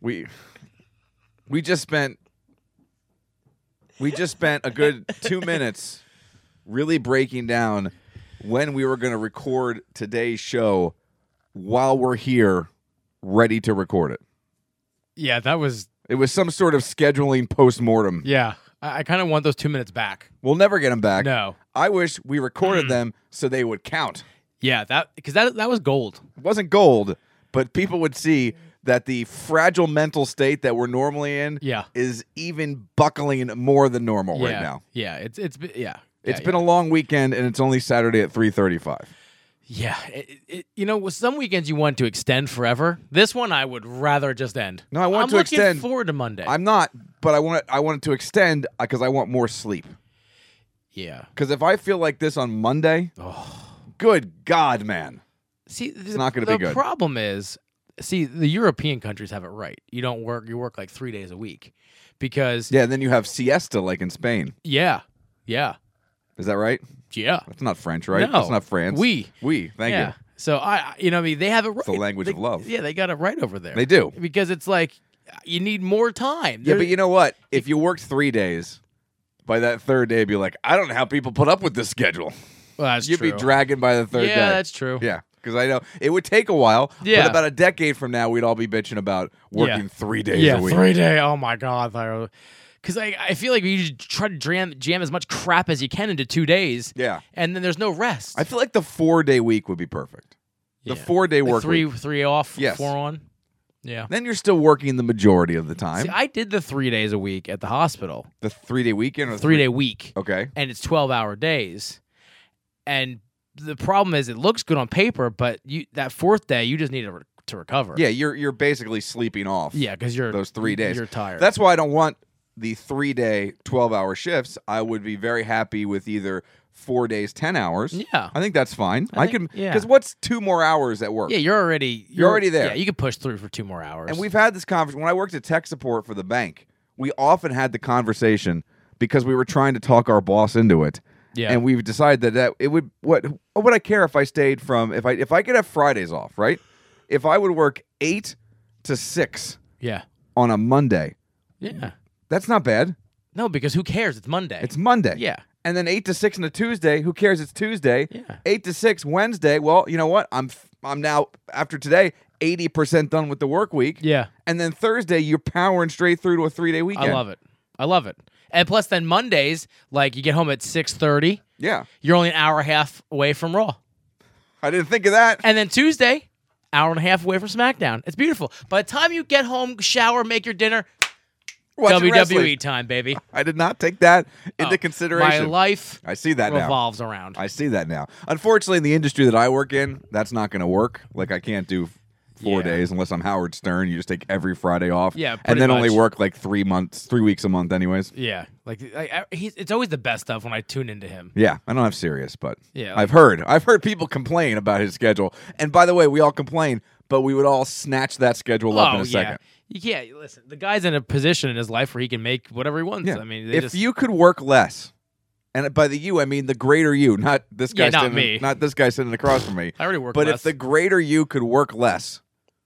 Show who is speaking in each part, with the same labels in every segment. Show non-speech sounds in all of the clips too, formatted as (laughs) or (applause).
Speaker 1: we we just spent we just spent a good two minutes really breaking down when we were going to record today's show while we're here ready to record it
Speaker 2: Yeah, that was
Speaker 1: it was some sort of scheduling postmortem
Speaker 2: yeah. I, I kind of want those two minutes back.
Speaker 1: we'll never get them back
Speaker 2: No, Mm.
Speaker 1: i wish we recorded them so they would count
Speaker 2: yeah, that because that that was gold.
Speaker 1: it wasn't gold but people would see that the fragile mental state that we're normally in
Speaker 2: Yeah,
Speaker 1: is even buckling more than normal
Speaker 2: yeah,
Speaker 1: right now
Speaker 2: Yeah, it's it's been yeah.
Speaker 1: It's
Speaker 2: yeah,
Speaker 1: been a long weekend, and it's only Saturday at three thirty-five.
Speaker 2: yeah. yeah. It, it- it- you know, with some weekends you want to extend forever. This one I would rather just end.
Speaker 1: No, I want
Speaker 2: I'm
Speaker 1: to
Speaker 2: looking
Speaker 1: extend-
Speaker 2: forward to Monday.
Speaker 1: I'm not, but I want I want it to extend because I want more sleep.
Speaker 2: yeah.
Speaker 1: Because if I feel like this on Monday, good God, man,
Speaker 2: See, the,
Speaker 1: not gonna
Speaker 2: the
Speaker 1: be good.
Speaker 2: problem is, see, the European countries have it right. You don't work. You work like three days a week, because
Speaker 1: yeah. Then you have siesta like in Spain.
Speaker 2: yeah, yeah,
Speaker 1: Is that right?
Speaker 2: yeah.
Speaker 1: That's not French, right?
Speaker 2: No.
Speaker 1: That's not France.
Speaker 2: We.
Speaker 1: we. Thank
Speaker 2: yeah.
Speaker 1: you.
Speaker 2: So I, I- you know, what I mean, they have it right.
Speaker 1: the language
Speaker 2: They-
Speaker 1: of love.
Speaker 2: Yeah, they got it right over there.
Speaker 1: They do.
Speaker 2: because it's like you need more time.
Speaker 1: Yeah,
Speaker 2: There-
Speaker 1: but you know what? If you worked three days, by that third day, be like, I don't know how people put up with this schedule.
Speaker 2: Well, that's
Speaker 1: You'd be
Speaker 2: true.
Speaker 1: dragging by the
Speaker 2: Yeah,
Speaker 1: third day.
Speaker 2: that's true. (laughs)
Speaker 1: Yeah, because I know it would take a while.
Speaker 2: Yeah.
Speaker 1: But about a decade from now, we'd all be bitching about working
Speaker 2: Yeah.
Speaker 1: three days
Speaker 2: yeah,
Speaker 1: a week.
Speaker 2: three day. Oh my god, because I, I feel like you just try to jam jam as much crap as you can into two days.
Speaker 1: Yeah.
Speaker 2: and then there's no rest.
Speaker 1: I feel like the four day week would be perfect. The
Speaker 2: Yeah.
Speaker 1: four day
Speaker 2: The
Speaker 1: work
Speaker 2: three
Speaker 1: week.
Speaker 2: three off,
Speaker 1: Yes.
Speaker 2: four on. Yeah.
Speaker 1: Then you're still working the majority of the time.
Speaker 2: See, I did the three days a week at the hospital,
Speaker 1: the three day weekend or the
Speaker 2: three day week,
Speaker 1: Okay.
Speaker 2: and it's twelve hour days. And the problem is, it looks good on paper, but you that fourth day, you just need to, re- to recover.
Speaker 1: Yeah, you're you're basically sleeping off.
Speaker 2: yeah, because you're
Speaker 1: Those three days.
Speaker 2: you're tired.
Speaker 1: That's why I don't want the three day twelve hour shifts. I would be very happy with either four days ten hours.
Speaker 2: yeah,
Speaker 1: I think that's fine. I,
Speaker 2: think-
Speaker 1: can
Speaker 2: yeah.
Speaker 1: because what's two more hours at work?
Speaker 2: yeah. You're already you're,
Speaker 1: already there.
Speaker 2: Yeah, you could push through for two more hours.
Speaker 1: And we've had this conversation when I worked at tech support for the bank. We often had the conversation because we were trying to talk our boss into it.
Speaker 2: Yeah.
Speaker 1: And we've decided that, that it would what what would I care if I stayed from if I if I could have Fridays off, right? If I would work 8 to 6
Speaker 2: yeah
Speaker 1: on a Monday.
Speaker 2: yeah
Speaker 1: That's not bad.
Speaker 2: no because who cares? It's Monday.
Speaker 1: It's Monday.
Speaker 2: yeah
Speaker 1: And then 8 to 6 on a Tuesday, who cares it's Tuesday?
Speaker 2: yeah
Speaker 1: 8 to 6 Wednesday. Well, you know what? I'm f- I'm now after today 80% done with the work week.
Speaker 2: yeah.
Speaker 1: And then Thursday, you're powering straight through to a three day weekend.
Speaker 2: I love it. I love it. And plus, then Mondays, like you get home at six thirty.
Speaker 1: Yeah.
Speaker 2: You're only an hour and a half away from Raw.
Speaker 1: I didn't think of that.
Speaker 2: And then Tuesday, hour and a half away from SmackDown. It's beautiful. By the time you get home, shower, make your dinner,
Speaker 1: Watching
Speaker 2: WWE
Speaker 1: wrestling.
Speaker 2: time, baby.
Speaker 1: I did not take that (laughs) into
Speaker 2: E. Oh,
Speaker 1: consideration.
Speaker 2: My life
Speaker 1: I see that now.
Speaker 2: revolves around.
Speaker 1: I see that now. Unfortunately, in the industry that I work in, that's not going to work. Like, I can't do f- four
Speaker 2: Yeah.
Speaker 1: days unless I'm Howard Stern. You just take every Friday off.
Speaker 2: Yeah,
Speaker 1: And
Speaker 2: pretty
Speaker 1: then only
Speaker 2: much.
Speaker 1: work like three months, three weeks a month, anyways.
Speaker 2: yeah, like I, I, he's, it's always the best stuff when I tune into him.
Speaker 1: Yeah, I don't have serious, but
Speaker 2: Yeah,
Speaker 1: I've heard. I've heard people complain about his schedule. And by the way, we all complain, but we would all snatch that schedule
Speaker 2: Oh,
Speaker 1: up in a second.
Speaker 2: you can't listen. The guy's in a position in his life where he can make whatever he wants.
Speaker 1: Yeah.
Speaker 2: I mean, they
Speaker 1: if
Speaker 2: just,
Speaker 1: you could work less, and by the you I mean the greater you, not this guy
Speaker 2: Yeah, not
Speaker 1: sitting,
Speaker 2: me.
Speaker 1: not this guy sitting across from me.
Speaker 2: I already work.
Speaker 1: but
Speaker 2: less.
Speaker 1: if the greater you could work less,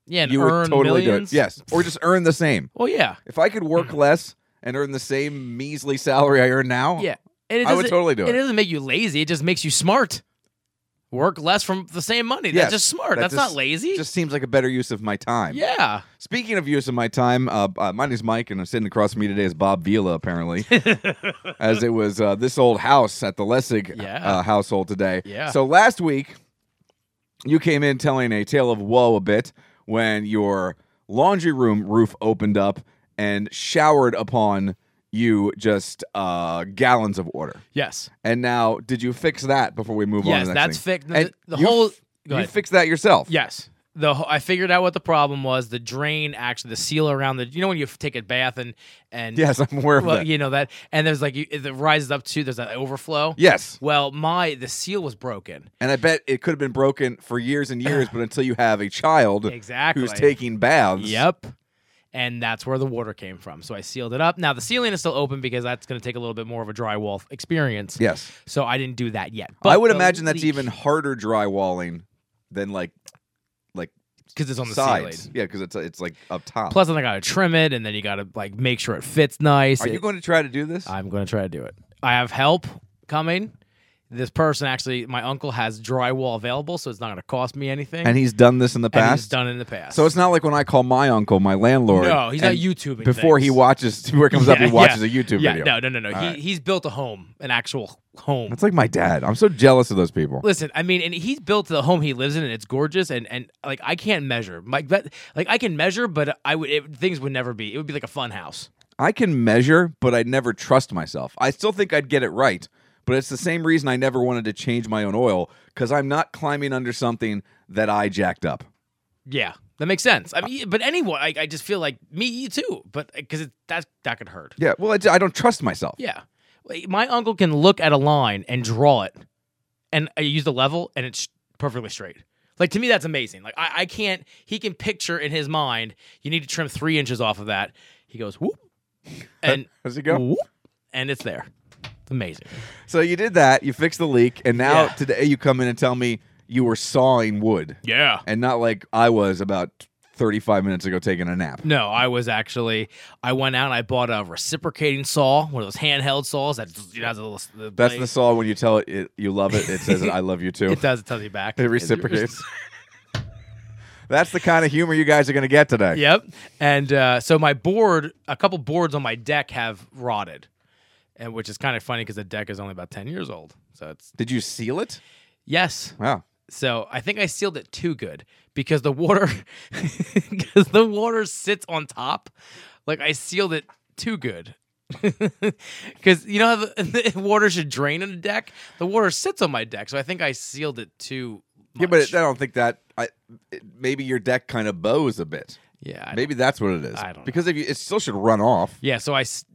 Speaker 2: yeah, and
Speaker 1: you would
Speaker 2: earn
Speaker 1: totally
Speaker 2: millions,
Speaker 1: do it. Yes, or just earn the same.
Speaker 2: Well, yeah,
Speaker 1: If I could
Speaker 2: (clears throat)
Speaker 1: work less and earn the same measly salary I earn now,
Speaker 2: yeah. And it
Speaker 1: I would
Speaker 2: doesn't-
Speaker 1: totally do it.
Speaker 2: It doesn't make you lazy. It just makes you smart. Work less from the same money.
Speaker 1: Yes,
Speaker 2: That's just smart.
Speaker 1: that
Speaker 2: That's
Speaker 1: just-
Speaker 2: not lazy.
Speaker 1: just seems like a better use of my time.
Speaker 2: yeah.
Speaker 1: Speaking of use of my time, uh, uh, my name's Mike, and I'm sitting across from me today is Bob Vila, apparently, as it was uh, this old house at the Lessig
Speaker 2: Yeah.
Speaker 1: uh, household today.
Speaker 2: Yeah.
Speaker 1: So last week, you came in telling a tale of woe a bit when your laundry room roof opened up and showered upon you just uh, gallons of water.
Speaker 2: Yes.
Speaker 1: And now, did you fix that before we move on?
Speaker 2: Yes.
Speaker 1: To the
Speaker 2: That's
Speaker 1: next thing?
Speaker 2: fixed. The,
Speaker 1: And
Speaker 2: the
Speaker 1: you
Speaker 2: whole.
Speaker 1: f-
Speaker 2: go
Speaker 1: you
Speaker 2: ahead.
Speaker 1: fixed that yourself.
Speaker 2: yes. The whole, I figured out what the problem was. The drain, actually, the seal around the. You know when you f- take a bath and and
Speaker 1: Yes, I'm aware of
Speaker 2: well,
Speaker 1: that.
Speaker 2: you know that, and there's like you, it rises up to there's that overflow.
Speaker 1: Yes.
Speaker 2: Well, my the seal was broken.
Speaker 1: And I bet it could have been broken for years and
Speaker 2: (sighs)
Speaker 1: years, but until you have a child
Speaker 2: Exactly.
Speaker 1: who's taking baths.
Speaker 2: Yep. And that's where the water came from. So I sealed it up. Now the ceiling is still open because that's going to take a little bit more of a drywall f- experience.
Speaker 1: Yes.
Speaker 2: So I didn't do that yet.
Speaker 1: I would
Speaker 2: the
Speaker 1: imagine that's
Speaker 2: leak-
Speaker 1: even harder drywalling than like like
Speaker 2: because it's on the
Speaker 1: sides.
Speaker 2: ceiling.
Speaker 1: Yeah, because it's it's like up top.
Speaker 2: Plus, then I gotta trim it, and then you gotta like make sure it fits nice.
Speaker 1: are you
Speaker 2: It-
Speaker 1: going to try to do this?
Speaker 2: I'm gonna try to do it. I have help coming. This person actually, my uncle has drywall available, so it's not gonna cost me anything.
Speaker 1: and he's done this in the
Speaker 2: And he's
Speaker 1: past.
Speaker 2: done it in the past.
Speaker 1: so it's not like when I call my uncle, my landlord.
Speaker 2: no, he's not
Speaker 1: and
Speaker 2: YouTubing
Speaker 1: Before he
Speaker 2: things.
Speaker 1: watches, (laughs) where it comes up, he
Speaker 2: Yeah, yeah.
Speaker 1: watches a YouTube
Speaker 2: yeah,
Speaker 1: video.
Speaker 2: no, no, no, no.
Speaker 1: All
Speaker 2: He,
Speaker 1: right.
Speaker 2: He's built a home, an actual home.
Speaker 1: That's like my dad. I'm so jealous of those people.
Speaker 2: Listen, I mean, and he's built the home he lives in, and it's gorgeous, and and like I can't measure, like that, like I can measure, but I would it, things would never be. It would be like a fun house.
Speaker 1: I can measure, but I never trust myself. I still think I'd get it right, but it's the same reason I never wanted to change my own oil because I'm not climbing under something that I jacked up.
Speaker 2: Yeah, that makes sense. I mean, but anyone, I, I just feel like me, you too, but uh, because that that could hurt.
Speaker 1: Yeah, well, I, I don't trust myself.
Speaker 2: Yeah, Like, my uncle can look at a line and draw it, and I use the level, and it's perfectly straight. Like to me, that's amazing. Like I, I can't. He can picture in his mind. You need to trim three inches off of that. He
Speaker 1: (laughs)
Speaker 2: goes whoop, and
Speaker 1: How's it go?
Speaker 2: whoop, and it's there. It's amazing.
Speaker 1: So you did that, you fixed the leak, and now
Speaker 2: Yeah.
Speaker 1: today you come in and tell me you were sawing wood
Speaker 2: Yeah.
Speaker 1: and not like I was about 35 minutes ago taking a nap.
Speaker 2: No, I was actually. I went out and I bought a reciprocating saw, one of those handheld saws that you know, has a little. The
Speaker 1: That's
Speaker 2: blade.
Speaker 1: the saw when you tell it, it you love it, it
Speaker 2: (laughs)
Speaker 1: says, I love you too.
Speaker 2: It does. It tells you back.
Speaker 1: It
Speaker 2: (laughs)
Speaker 1: reciprocates. That's the kind of humor you guys are going to get today.
Speaker 2: Yep. And uh, so my board, a couple boards on my deck have rotted, and which is kind of funny because the deck is only about ten years old. So it's
Speaker 1: Did you seal it?
Speaker 2: yes.
Speaker 1: Wow.
Speaker 2: So I think I sealed it too good because the water, (laughs) because the water sits on top. Like I sealed it too good. (laughs) Because you know how the, (laughs) the water should drain on a deck. The water sits on my deck, so I think I sealed it too. Much.
Speaker 1: Yeah, but I don't think that. I it- maybe your deck kind of bows a bit.
Speaker 2: yeah, I-
Speaker 1: maybe that's what it is.
Speaker 2: I don't know.
Speaker 1: because if you, it still should run off
Speaker 2: yeah. So I, s-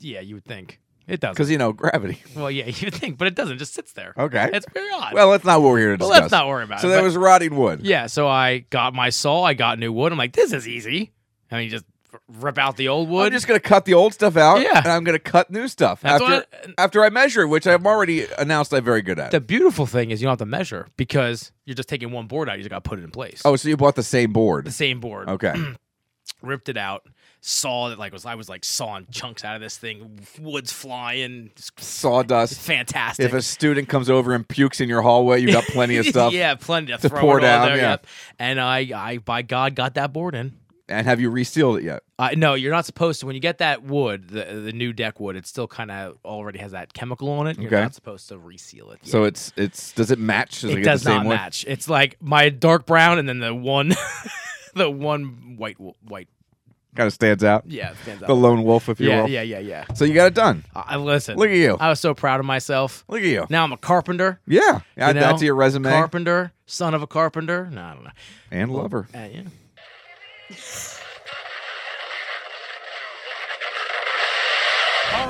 Speaker 2: yeah, you would think it doesn't.
Speaker 1: because you know gravity.
Speaker 2: Well, yeah, (laughs) you would think, but it doesn't. It just sits there.
Speaker 1: Okay.
Speaker 2: it's very odd.
Speaker 1: well, that's not what we're here to
Speaker 2: Well,
Speaker 1: discuss.
Speaker 2: let's not worry about
Speaker 1: So
Speaker 2: it.
Speaker 1: that
Speaker 2: but-
Speaker 1: was rotting wood.
Speaker 2: yeah. So I got my saw. I got new wood. I'm like, this is easy. I mean, just r- rip out the old wood.
Speaker 1: I'm just gonna cut the old stuff out.
Speaker 2: Yeah.
Speaker 1: and I'm gonna cut new stuff
Speaker 2: That's
Speaker 1: after
Speaker 2: what I- uh,
Speaker 1: after I measure, it, which I've already announced I'm very good at.
Speaker 2: the beautiful thing is you don't have to measure because you're just taking one board out. You just got to put it in place.
Speaker 1: oh, so you bought the same board?
Speaker 2: the same board.
Speaker 1: Okay.
Speaker 2: (clears throat) Ripped it out. Saw that like was I was like sawing chunks out of this thing. Woods flying. It's
Speaker 1: Sawdust.
Speaker 2: fantastic.
Speaker 1: If a student comes over and pukes in your hallway, you got plenty of stuff.
Speaker 2: (laughs) yeah, plenty to, throw
Speaker 1: pour
Speaker 2: it all
Speaker 1: down,
Speaker 2: There,
Speaker 1: yeah.
Speaker 2: Yep. And I, I by God got that board in.
Speaker 1: And have you resealed it yet?
Speaker 2: Uh, no, you're not supposed to. When you get that wood, the the new deck wood, it still kind of already has that chemical on it. You're
Speaker 1: Okay.
Speaker 2: not supposed to reseal it. yet.
Speaker 1: So it's it's does it match? Does
Speaker 2: it
Speaker 1: get
Speaker 2: does
Speaker 1: the same
Speaker 2: not
Speaker 1: one?
Speaker 2: match. It's like my dark brown and then the one, (laughs) the one white wo- white.
Speaker 1: Kind of stands out.
Speaker 2: Yeah, it stands out.
Speaker 1: The lone wolf, if you
Speaker 2: yeah,
Speaker 1: will.
Speaker 2: yeah, yeah, yeah.
Speaker 1: So you got it done.
Speaker 2: I, I- listen.
Speaker 1: Look at you.
Speaker 2: I was so proud of myself.
Speaker 1: Look at you.
Speaker 2: Now I'm a carpenter.
Speaker 1: Yeah. Add
Speaker 2: know,
Speaker 1: that to your resume
Speaker 2: Carpenter, son of a carpenter. No, I don't know.
Speaker 1: and lover.
Speaker 2: Uh, yeah.
Speaker 3: All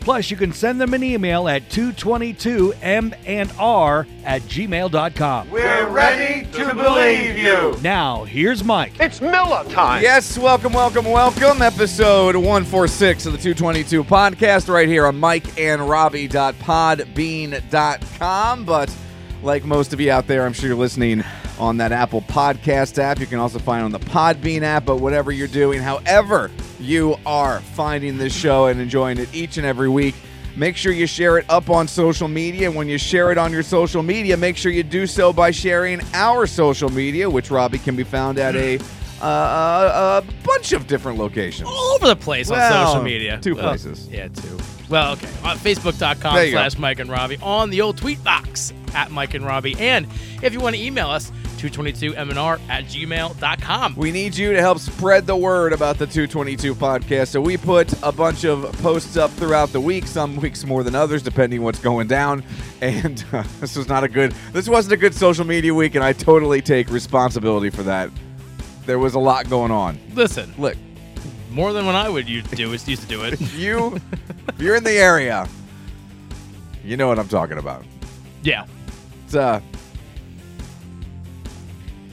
Speaker 4: Plus, you can send them an email at 222m&r at gmail.com.
Speaker 5: We're ready to believe you.
Speaker 4: Now, here's Mike.
Speaker 6: It's Miller time.
Speaker 1: Yes, welcome, welcome, welcome. Episode 146 of the 222 podcast right here on mikeandrobbie.podbean.com. But like most of you out there, I'm sure you're listening on that Apple Podcast app. You can also find it on the Podbean app, but whatever you're doing, however you are finding this show and enjoying it each and every week, make sure you share it up on social media. And when you share it on your social media, make sure you do so by sharing our social media, which Robbie can be found at a uh, a bunch of different locations.
Speaker 2: all over the place on
Speaker 1: Well,
Speaker 2: social media.
Speaker 1: two
Speaker 2: Well,
Speaker 1: places.
Speaker 2: yeah, two. Well, okay. On Facebook.com
Speaker 1: There you go.
Speaker 2: slash Mike and Robbie, on the old tweet box at Mike and Robbie. And if you want to email us, 222MNR at gmail.com.
Speaker 1: We need you to help spread the word about the 222 podcast. So we put a bunch of posts up throughout the week, some weeks more than others, depending what's going down. And (laughs) uh, this was not a good, this wasn't a good social media week, and I totally take responsibility for that. There was a lot going on.
Speaker 2: Listen,
Speaker 1: Look,
Speaker 2: more than when I would used to do is used to do
Speaker 1: (laughs)
Speaker 2: it.
Speaker 1: you, if you're in the area, you know what I'm talking about.
Speaker 2: Yeah.
Speaker 1: It's, uh,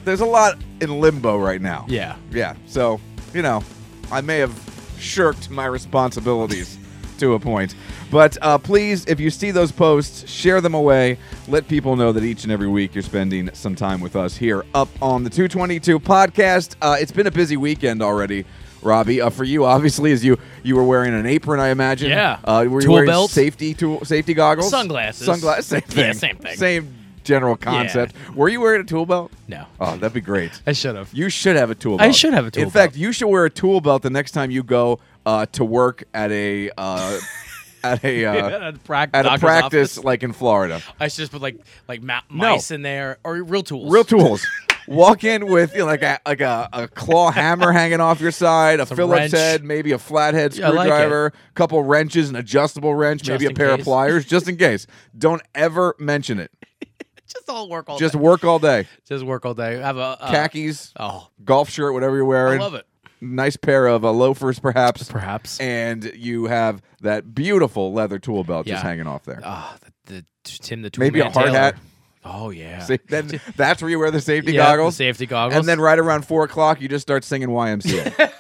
Speaker 1: there's a lot in limbo right now.
Speaker 2: Yeah.
Speaker 1: Yeah. So, you know, I may have shirked my responsibilities to a point. But uh, please, if you see those posts, share them away. Let people know that each and every week you're spending some time with us here up on the 222 podcast. Uh, it's been a busy weekend already, Robbie. Uh, for you, obviously, as you you were wearing an apron, I imagine.
Speaker 2: Yeah.
Speaker 1: Uh, were you
Speaker 2: Tool
Speaker 1: wearing
Speaker 2: belt.
Speaker 1: safety tool, safety goggles,
Speaker 2: Sunglasses.
Speaker 1: sunglasses, same thing,
Speaker 2: Yeah, same thing.
Speaker 1: same general concept. Were you wearing a tool belt?
Speaker 2: No.
Speaker 1: Oh, that'd be great.
Speaker 2: I should have.
Speaker 1: You should have a tool
Speaker 2: I
Speaker 1: belt.
Speaker 2: should have a tool
Speaker 1: In fact, you should wear a tool belt the next time you go uh, to work at a
Speaker 2: (laughs)
Speaker 1: uh, at a uh,
Speaker 2: Prac-
Speaker 1: at a
Speaker 2: doctor's
Speaker 1: practice
Speaker 2: office.
Speaker 1: like in Florida.
Speaker 2: I should just put like like ma- mice in there or real tools.
Speaker 1: Real tools.
Speaker 2: (laughs)
Speaker 1: Walk in with you know, like a like a, a claw hammer hanging off your side, a Phillips
Speaker 2: wrench.
Speaker 1: head, maybe a flathead
Speaker 2: Yeah, I like it.
Speaker 1: screwdriver, a couple wrenches, an adjustable wrench,
Speaker 2: Just
Speaker 1: maybe a
Speaker 2: in
Speaker 1: pair of
Speaker 2: case.
Speaker 1: pliers, just in case. Don't ever mention it.
Speaker 2: Just all work all
Speaker 1: Just
Speaker 2: day.
Speaker 1: work all day.
Speaker 2: Just work all day. Have a uh,
Speaker 1: Khakis,
Speaker 2: Oh,
Speaker 1: golf shirt, whatever you're
Speaker 2: I
Speaker 1: wearing.
Speaker 2: love it.
Speaker 1: Nice pair of uh, loafers, perhaps.
Speaker 2: Perhaps.
Speaker 1: and you have that beautiful leather tool belt just
Speaker 2: Yeah.
Speaker 1: hanging off there.
Speaker 2: Ah, the, the t- Tim the Tool
Speaker 1: Maybe a
Speaker 2: Man
Speaker 1: hard
Speaker 2: Taylor.
Speaker 1: hat.
Speaker 2: Oh
Speaker 1: (laughs)
Speaker 2: yeah.
Speaker 1: See,
Speaker 2: (laughs)
Speaker 1: then that's where you wear the safety
Speaker 2: Yeah, the
Speaker 1: goggles.
Speaker 2: safety goggles.
Speaker 1: And then right around four o'clock, you just start singing YMCA.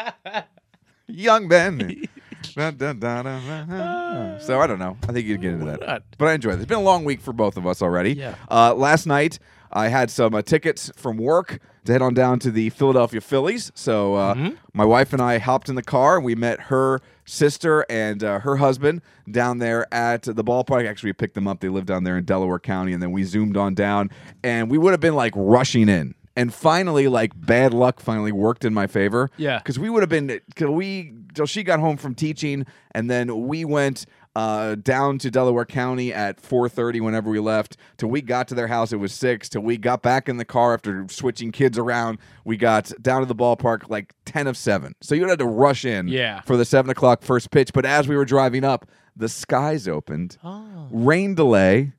Speaker 2: (laughs)
Speaker 1: Young Ben. Da, da, da, da, da, da. so I don't know. I think you'd get into
Speaker 2: not?
Speaker 1: that. But I enjoyed it. It's been a long week for both of us already.
Speaker 2: Yeah.
Speaker 1: Uh, last night, I had some uh, tickets from work to head on down to the Philadelphia Phillies. So uh,
Speaker 2: Mm-hmm.
Speaker 1: my wife and I hopped in the car and we met her sister and uh, her husband down there at the ballpark. Actually, we picked them up. They live down there in Delaware County. And then we zoomed on down and we would have been like rushing in. And finally, like bad luck finally worked in my favor.
Speaker 2: Yeah.
Speaker 1: Because we would have been, till we, till she got home from teaching and then we went uh, down to Delaware County at 4:30 whenever we left. Till we got to their house, it was six. Till we got back in the car after switching kids around, we got down to the ballpark like 10 of seven. So you had to rush in
Speaker 2: Yeah.
Speaker 1: for the seven o'clock first pitch. But as we were driving up, the skies opened,
Speaker 2: Oh.
Speaker 1: rain delay,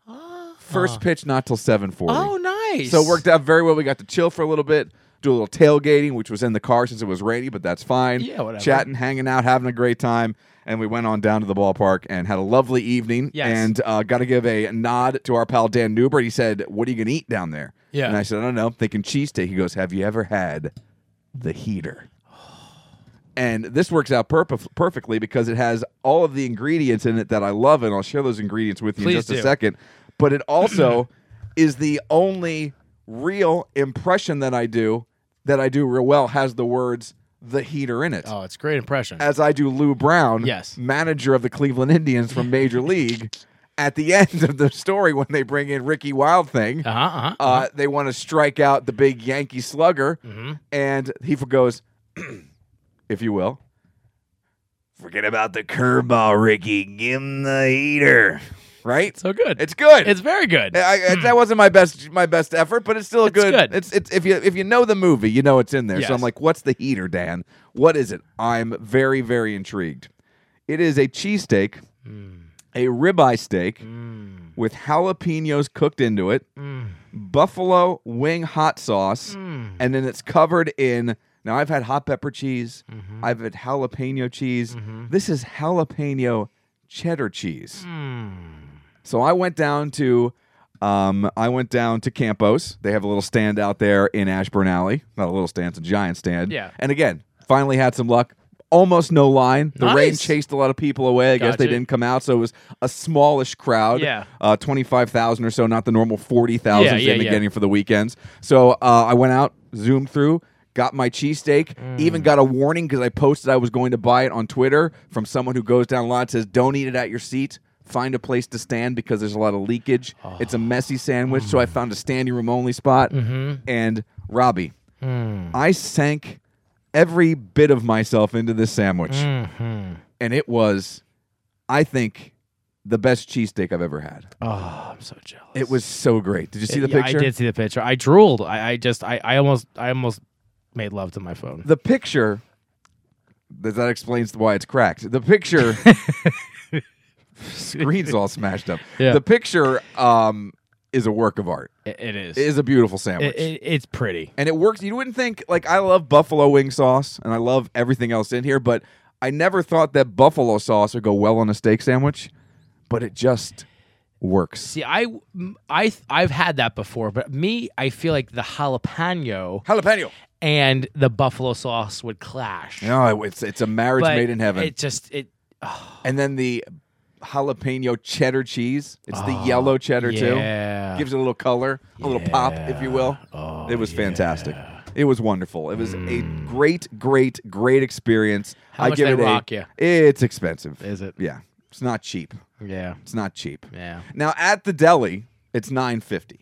Speaker 1: first pitch not till 7:40.
Speaker 2: Ah. oh nice.
Speaker 1: So it worked out very well. We got to chill for a little bit, do a little tailgating, which was in the car since it was rainy, but that's fine.
Speaker 2: Yeah, whatever.
Speaker 1: Chatting, hanging out, having a great time. And we went on down to the ballpark and had a lovely evening.
Speaker 2: Yes.
Speaker 1: And uh, got to give a nod to our pal Dan Newbert. He said, What are you going to eat down there?
Speaker 2: Yeah.
Speaker 1: And I said, I don't know. I'm thinking cheesesteak. He goes, Have you ever had the heater? And this works out perf- perfectly because it has all of the ingredients in it that I love, and I'll share those ingredients with you in
Speaker 2: Please
Speaker 1: just a
Speaker 2: do.
Speaker 1: second. But it
Speaker 2: (clears throat)
Speaker 1: also is the only real impression that I do that I do real well has the words "the heater" in it.
Speaker 2: Oh, it's a great impression.
Speaker 1: As I do Lou Brown,
Speaker 2: Yes.
Speaker 1: manager of the Cleveland Indians from
Speaker 2: (laughs)
Speaker 1: Major League, at the end of the story when they bring in Ricky Wild Thing.
Speaker 2: uh huh. Uh-huh.
Speaker 1: Uh, they want to strike out the big Yankee slugger,
Speaker 2: Mm-hmm.
Speaker 1: and he goes, (clears throat) if you will. Forget about the curveball, Ricky. Give him the heater. Right?
Speaker 2: So good.
Speaker 1: It's good.
Speaker 2: It's very good. Hmm.
Speaker 1: I, I, that wasn't my best my best effort, but it's still a
Speaker 2: It's good.
Speaker 1: It's it's if you if you know the movie, you know it's in there. So I'm
Speaker 2: Yes.
Speaker 1: like, what's the heater, Dan? What is it? I'm very very intrigued. It is a cheesesteak,
Speaker 2: Hmm.
Speaker 1: a ribeye steak with jalapenos cooked into it, buffalo wing hot sauce,
Speaker 2: Mm.
Speaker 1: and then it's covered in. Now I've had hot pepper cheese,
Speaker 2: Mm-hmm.
Speaker 1: I've had jalapeno cheese. This is jalapeno cheddar cheese.
Speaker 2: Mm.
Speaker 1: So I went down to um, I went down to Campos. They have a little stand out there in Ashburn Alley. Not a little stand, it's a giant stand.
Speaker 2: Yeah.
Speaker 1: And again, finally had some luck. Almost no line. The rain
Speaker 2: Nice.
Speaker 1: chased a lot of people away. I guess they
Speaker 2: Gotcha.
Speaker 1: didn't come out, so it was a smallish crowd.
Speaker 2: Yeah.
Speaker 1: Uh, 25,000 or so, not the normal 40,000
Speaker 2: Yeah,
Speaker 1: they've
Speaker 2: yeah,
Speaker 1: been
Speaker 2: yeah.
Speaker 1: getting for the weekends. So uh, I went out, zoomed through, got my cheesesteak, even
Speaker 2: Mm.
Speaker 1: got a warning because I posted I was going to buy it on Twitter from someone who goes down a lot and says, don't eat it at your seat. Find a place to stand because there's a lot of leakage. It's a
Speaker 2: Oh.
Speaker 1: messy sandwich, so I found a standing room only spot.
Speaker 2: Mm-hmm.
Speaker 1: And Robbie,
Speaker 2: Mm.
Speaker 1: I sank every bit
Speaker 2: Mm-hmm.
Speaker 1: of myself into this sandwich. And it was, I think, the best cheesesteak I've ever had.
Speaker 2: Oh, I'm so jealous.
Speaker 1: It was so great. Did you see the
Speaker 2: Yeah,
Speaker 1: picture?
Speaker 2: I did see the picture. I drooled. I, I just I, I almost I almost made love to my phone.
Speaker 1: The picture that that explains why it's cracked. The
Speaker 2: (laughs)
Speaker 1: picture screens all smashed up.
Speaker 2: Yeah.
Speaker 1: The picture um, is a work of art.
Speaker 2: It- it is.
Speaker 1: It is a beautiful sandwich.
Speaker 2: It- it- it's pretty.
Speaker 1: and it works. You wouldn't think like I love buffalo wing sauce and I love everything else in here, but I never thought that buffalo sauce would go well on a steak sandwich, but it just works.
Speaker 2: See, I mm, I th- I've had that before, but me, I feel like the jalapeno
Speaker 1: Jalapeno.
Speaker 2: and the buffalo sauce would clash.
Speaker 1: No, it's it's a marriage
Speaker 2: But
Speaker 1: made in heaven.
Speaker 2: It just it
Speaker 1: and then the jalapeno cheddar cheese. It's the yellow cheddar
Speaker 2: Oh, yeah. Oh,
Speaker 1: too. Gives it a little color, a little pop, if you will. it was fantastic. It was wonderful. It was a great, great, great experience.
Speaker 2: Mm. How
Speaker 1: I
Speaker 2: much
Speaker 1: give
Speaker 2: they
Speaker 1: it a-
Speaker 2: rock ya?
Speaker 1: It's expensive.
Speaker 2: Is it?
Speaker 1: Yeah, it's not cheap.
Speaker 2: yeah
Speaker 1: It's not cheap.
Speaker 2: yeah.
Speaker 1: Now at the deli, it's nine fifty.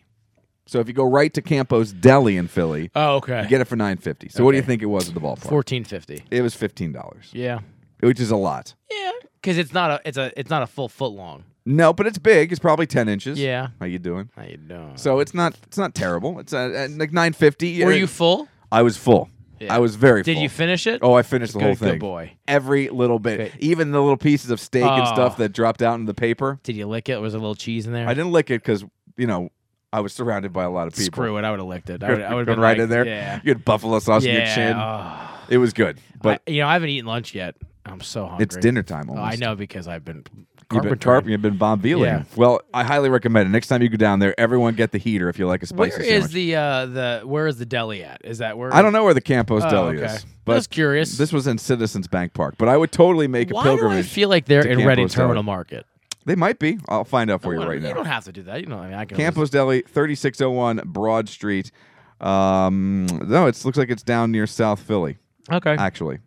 Speaker 1: So if you go right to Campo's Deli in Philly,
Speaker 2: Oh okay.
Speaker 1: you get it for nine fifty. So what do you
Speaker 2: Okay.
Speaker 1: think it was at the ballpark?
Speaker 2: Fourteen fifty.
Speaker 1: It was fifteen dollars,
Speaker 2: Yeah.
Speaker 1: which is a lot.
Speaker 2: Yeah. Because it's not a it's a it's not a full foot long.
Speaker 1: No, but it's big. It's probably ten inches.
Speaker 2: Yeah.
Speaker 1: How you doing?
Speaker 2: How you doing?
Speaker 1: So it's not it's not terrible. It's uh, at like nine fifty. Uh,
Speaker 2: were you full?
Speaker 1: I was full.
Speaker 2: Yeah.
Speaker 1: I was very.
Speaker 2: Did
Speaker 1: full.
Speaker 2: you finish it?
Speaker 1: Oh, I finished the
Speaker 2: Good-
Speaker 1: whole
Speaker 2: good
Speaker 1: thing.
Speaker 2: boy.
Speaker 1: Every little bit,
Speaker 2: Good.
Speaker 1: even the little pieces of steak and
Speaker 2: Oh.
Speaker 1: stuff that dropped out in the paper.
Speaker 2: Did you lick it? Was there a little cheese in there?
Speaker 1: I didn't lick it because you know I was surrounded by a lot of people.
Speaker 2: Screw it. I would have licked it. I would. I would
Speaker 1: Go
Speaker 2: have been
Speaker 1: right
Speaker 2: like,
Speaker 1: in there.
Speaker 2: Yeah.
Speaker 1: You had buffalo sauce in your
Speaker 2: Yeah,
Speaker 1: chin.
Speaker 2: oh.
Speaker 1: it was good, but
Speaker 2: I- you know, I haven't eaten lunch yet. I'm so hungry.
Speaker 1: it's dinner time
Speaker 2: Oh,
Speaker 1: almost.
Speaker 2: I know because I've been
Speaker 1: You've been
Speaker 2: carpentering.
Speaker 1: carping. You've been bombiling.
Speaker 2: Yeah.
Speaker 1: Well, I highly recommend it. Next time you go down there, everyone get the heater if you like a spicy
Speaker 2: Where is
Speaker 1: sandwich.
Speaker 2: the uh, the where is the deli at? Is that where?
Speaker 1: I don't know where the Campos
Speaker 2: Oh,
Speaker 1: Deli
Speaker 2: okay.
Speaker 1: is.
Speaker 2: I was curious.
Speaker 1: This was in Citizens Bank Park, but I would totally make a
Speaker 2: Why do I
Speaker 1: pilgrimage.
Speaker 2: feel like they're
Speaker 1: to
Speaker 2: in Reading
Speaker 1: Campos Deli.
Speaker 2: Terminal Market?
Speaker 1: They might be. I'll find out for you
Speaker 2: Well,
Speaker 1: right
Speaker 2: you
Speaker 1: now.
Speaker 2: don't have to do that. You know, I mean, I can. always-
Speaker 1: Campos Deli, 3601 Broad Street. Um, no, it looks like it's down near South Philly.
Speaker 2: Okay.
Speaker 1: Actually,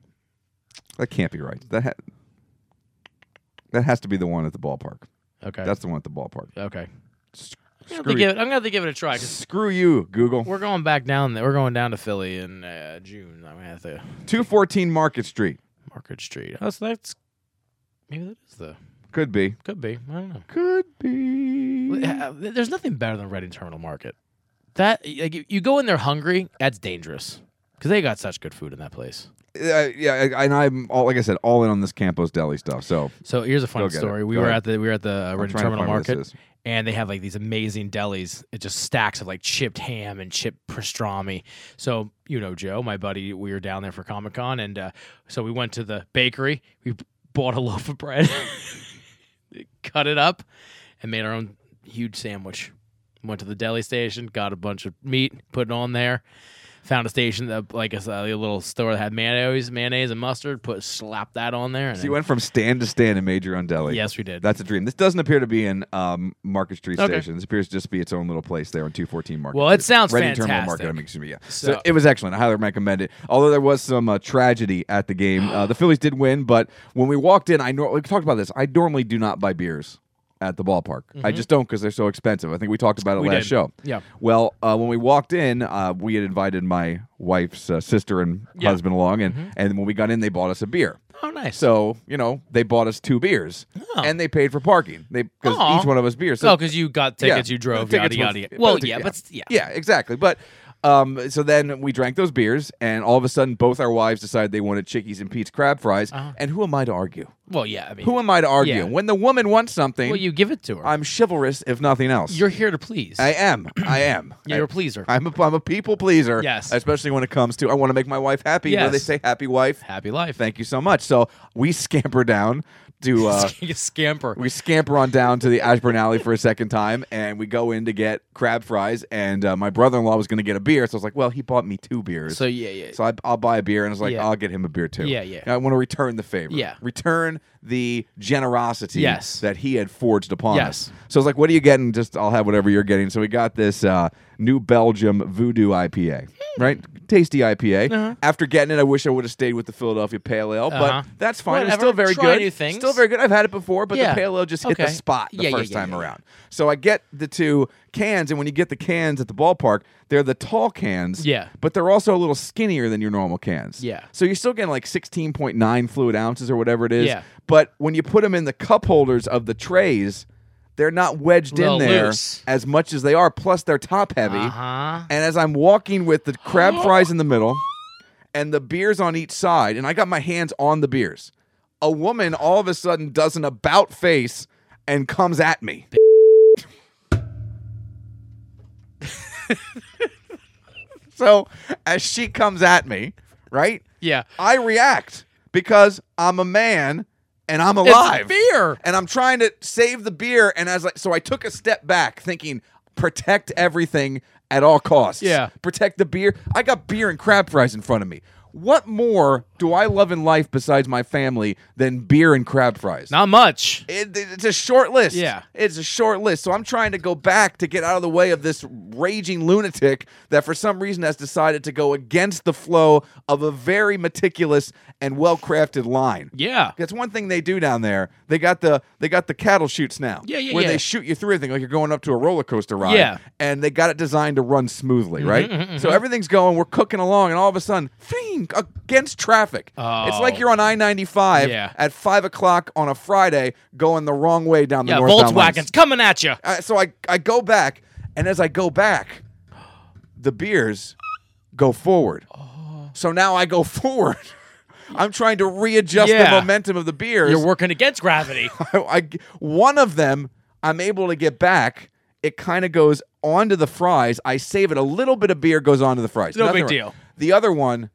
Speaker 1: that can't be right. That ha- that has to be the one at the ballpark.
Speaker 2: okay.
Speaker 1: That's the one at the ballpark.
Speaker 2: okay. I'm
Speaker 1: Screw
Speaker 2: gonna,
Speaker 1: you,
Speaker 2: give it, I'm gonna have to give it a try 'cause
Speaker 1: screw you, Google.
Speaker 2: we're going back down there. We're going down to Philly in uh, June. I'm gonna have to
Speaker 1: 214 Market Street.
Speaker 2: Market Street. That's that's maybe that is the
Speaker 1: Could be.
Speaker 2: could be. I don't know.
Speaker 1: Could be.
Speaker 2: Uh, There's nothing better than Reading Terminal Market. That like you- you go in there hungry, that's dangerous because they got such good food in that place.
Speaker 1: Uh, yeah, and I'm all like I said, all in on this Campos Deli stuff. So
Speaker 2: So here's a
Speaker 1: Go
Speaker 2: fun
Speaker 1: get it.
Speaker 2: story. We
Speaker 1: Go
Speaker 2: were
Speaker 1: ahead.
Speaker 2: at the we were at the uh, Reading
Speaker 1: trying to
Speaker 2: Terminal
Speaker 1: find where this
Speaker 2: Market,
Speaker 1: is.
Speaker 2: and they have like these amazing delis. It just stacks of like chipped ham and chipped pastrami. So you know, Joe, my buddy, we were down there for Comic Con, and uh, so we went to the bakery. We b- bought a (laughs) loaf of bread, cut it up, and made our own huge sandwich. Went to the deli station, got a bunch of meat, put it on there. Found a station that like a, s- a little store that had mayonnaise, mayonnaise and mustard. Put slap that on there. And
Speaker 1: So you
Speaker 2: then-
Speaker 1: went from stand to stand and made your own deli.
Speaker 2: Yes, we did.
Speaker 1: That's a dream. This doesn't appear to be in um, Market Street
Speaker 2: Okay.
Speaker 1: Station. This appears to just be its own little place there on 214 Market.
Speaker 2: Well, it
Speaker 1: Street.
Speaker 2: sounds
Speaker 1: Reading Terminal
Speaker 2: fantastic.
Speaker 1: Market. I mean, excuse me. Yeah. So,
Speaker 2: So-
Speaker 1: it was excellent. I highly recommend it. Although there was some uh, tragedy at the game, uh, the Phillies did win. But when we walked in, I nor- we talked about this. I normally do not buy beers at the ballpark. I just don't because they're so expensive. I think we talked about it
Speaker 2: Mm-hmm. We
Speaker 1: last
Speaker 2: did.
Speaker 1: show.
Speaker 2: Yeah.
Speaker 1: Well, uh, when we walked in, uh, we had invited my wife's uh, sister and
Speaker 2: Yeah. Mm-hmm.
Speaker 1: husband along, and and when we got in, they bought us a beer.
Speaker 2: oh nice.
Speaker 1: So you know they bought us two beers, and they paid for parking. They
Speaker 2: Oh. Aw.
Speaker 1: because each one of us beers.
Speaker 2: oh, because you got
Speaker 1: yeah,
Speaker 2: tickets, you drove,
Speaker 1: the
Speaker 2: yada
Speaker 1: tickets
Speaker 2: yada.
Speaker 1: were-
Speaker 2: yada. Well,
Speaker 1: the-
Speaker 2: yeah, but yeah,
Speaker 1: yeah, exactly. But um, so then we drank those beers, and all of a sudden, both our wives decided they wanted Chickies and Pete's crab fries. And who am I to argue?
Speaker 2: Well, yeah. I mean,
Speaker 1: Who am I to argue?
Speaker 2: Uh-huh. Yeah.
Speaker 1: When the woman wants something,
Speaker 2: Well, you give it to her.
Speaker 1: I'm chivalrous, if nothing else.
Speaker 2: You're here to please.
Speaker 1: I am. I am.
Speaker 2: Yeah,
Speaker 1: I-
Speaker 2: (clears throat) you're a pleaser.
Speaker 1: I'm a, I'm a people pleaser.
Speaker 2: Yes.
Speaker 1: Especially when it comes to I want to make my wife happy. You know
Speaker 2: Yes.
Speaker 1: they say happy wife.
Speaker 2: Happy life.
Speaker 1: Thank you so much. So we scamper down to
Speaker 2: (laughs)
Speaker 1: uh,
Speaker 2: you. Scamper.
Speaker 1: we scamper on down to the Ashburn Alley for a second time, and we go in to get crab fries. And uh, my brother in law was going to get a beer, so I was like, "Well, he bought me two beers,
Speaker 2: So yeah, yeah.
Speaker 1: so I, I'll buy a beer." And I was like,
Speaker 2: Yeah.
Speaker 1: "I'll get him a beer too."
Speaker 2: Yeah, yeah.
Speaker 1: And I want to return the favor.
Speaker 2: Yeah.
Speaker 1: return the generosity.
Speaker 2: Yes.
Speaker 1: that he had forged upon
Speaker 2: Yes.
Speaker 1: us. So I was like, "What are you getting? Just I'll have whatever you're getting." So we got this uh, New Belgium Voodoo IPA.
Speaker 2: Hmm.
Speaker 1: Right, tasty IPA. After getting it, I wish I would have stayed with the Philadelphia Pale Ale,
Speaker 2: Uh-huh.
Speaker 1: but that's fine. It's
Speaker 2: Whatever.
Speaker 1: still very
Speaker 2: Try
Speaker 1: good.
Speaker 2: new things.
Speaker 1: Still very good. I've had it before, but
Speaker 2: Yeah.
Speaker 1: the Pale Ale just hit the
Speaker 2: Okay.
Speaker 1: spot the
Speaker 2: Yeah, yeah,
Speaker 1: first
Speaker 2: yeah,
Speaker 1: time
Speaker 2: yeah, yeah.
Speaker 1: around. So I get the two cans, and when you get the cans at the ballpark, they're the tall cans.
Speaker 2: Yeah.
Speaker 1: But they're also a little skinnier than your normal cans.
Speaker 2: Yeah.
Speaker 1: So you're still getting like 16.9 fluid ounces or whatever it is.
Speaker 2: Yeah.
Speaker 1: But when you put them in the cup holders of the trays, they're not wedged in
Speaker 2: Little
Speaker 1: there
Speaker 2: loose. Uh-huh.
Speaker 1: as much as they are. Plus, they're top heavy.
Speaker 2: Huh?
Speaker 1: And as I'm walking with the crab fries in the middle and the beers on each side, and I got my hands on the beers, a woman all of a sudden does an about face and comes at me. so as she comes at me, right?
Speaker 2: Yeah.
Speaker 1: I react because I'm a man and I'm
Speaker 2: It's
Speaker 1: alive.
Speaker 2: beer.
Speaker 1: And I'm trying to save the beer. And as like, so I took a step back, thinking, protect everything at all costs.
Speaker 2: Yeah.
Speaker 1: protect the beer. I got beer and crab fries in front of me. What more do I love in life besides my family than beer and crab fries?
Speaker 2: Not much.
Speaker 1: It, it's a short list.
Speaker 2: Yeah.
Speaker 1: It's a short list. So I'm trying to go back to get out of the way of this raging lunatic that for some reason has decided to go against the flow of a very meticulous and well crafted line.
Speaker 2: Yeah.
Speaker 1: That's one thing they do down there. They got the they got the cattle shoots now.
Speaker 2: Yeah, yeah,
Speaker 1: Where
Speaker 2: yeah.
Speaker 1: they shoot you through everything like you're going up to a roller coaster ride.
Speaker 2: Yeah. Mm-hmm,
Speaker 1: And they got it designed to run smoothly, right? So everything's going, we're cooking along, and all of a sudden, fling, against traffic. It's like
Speaker 2: Oh.
Speaker 1: you're on I ninety five
Speaker 2: Yeah.
Speaker 1: at five o'clock on a Friday, going the wrong way down the
Speaker 2: Yeah,
Speaker 1: northbound
Speaker 2: Volkswagen's
Speaker 1: lanes.
Speaker 2: coming at you.
Speaker 1: Uh, so I I go back, and as I go back, the beers go forward.
Speaker 2: Oh.
Speaker 1: So now I go (laughs) forward. I'm trying to readjust
Speaker 2: Yeah.
Speaker 1: the momentum of the beers.
Speaker 2: You're working against
Speaker 1: (laughs)
Speaker 2: gravity.
Speaker 1: I, one of them I'm able to get back. It kind of goes onto the fries. I save it. A little bit of beer goes onto the fries.
Speaker 2: No big
Speaker 1: wrong.
Speaker 2: deal.
Speaker 1: The other one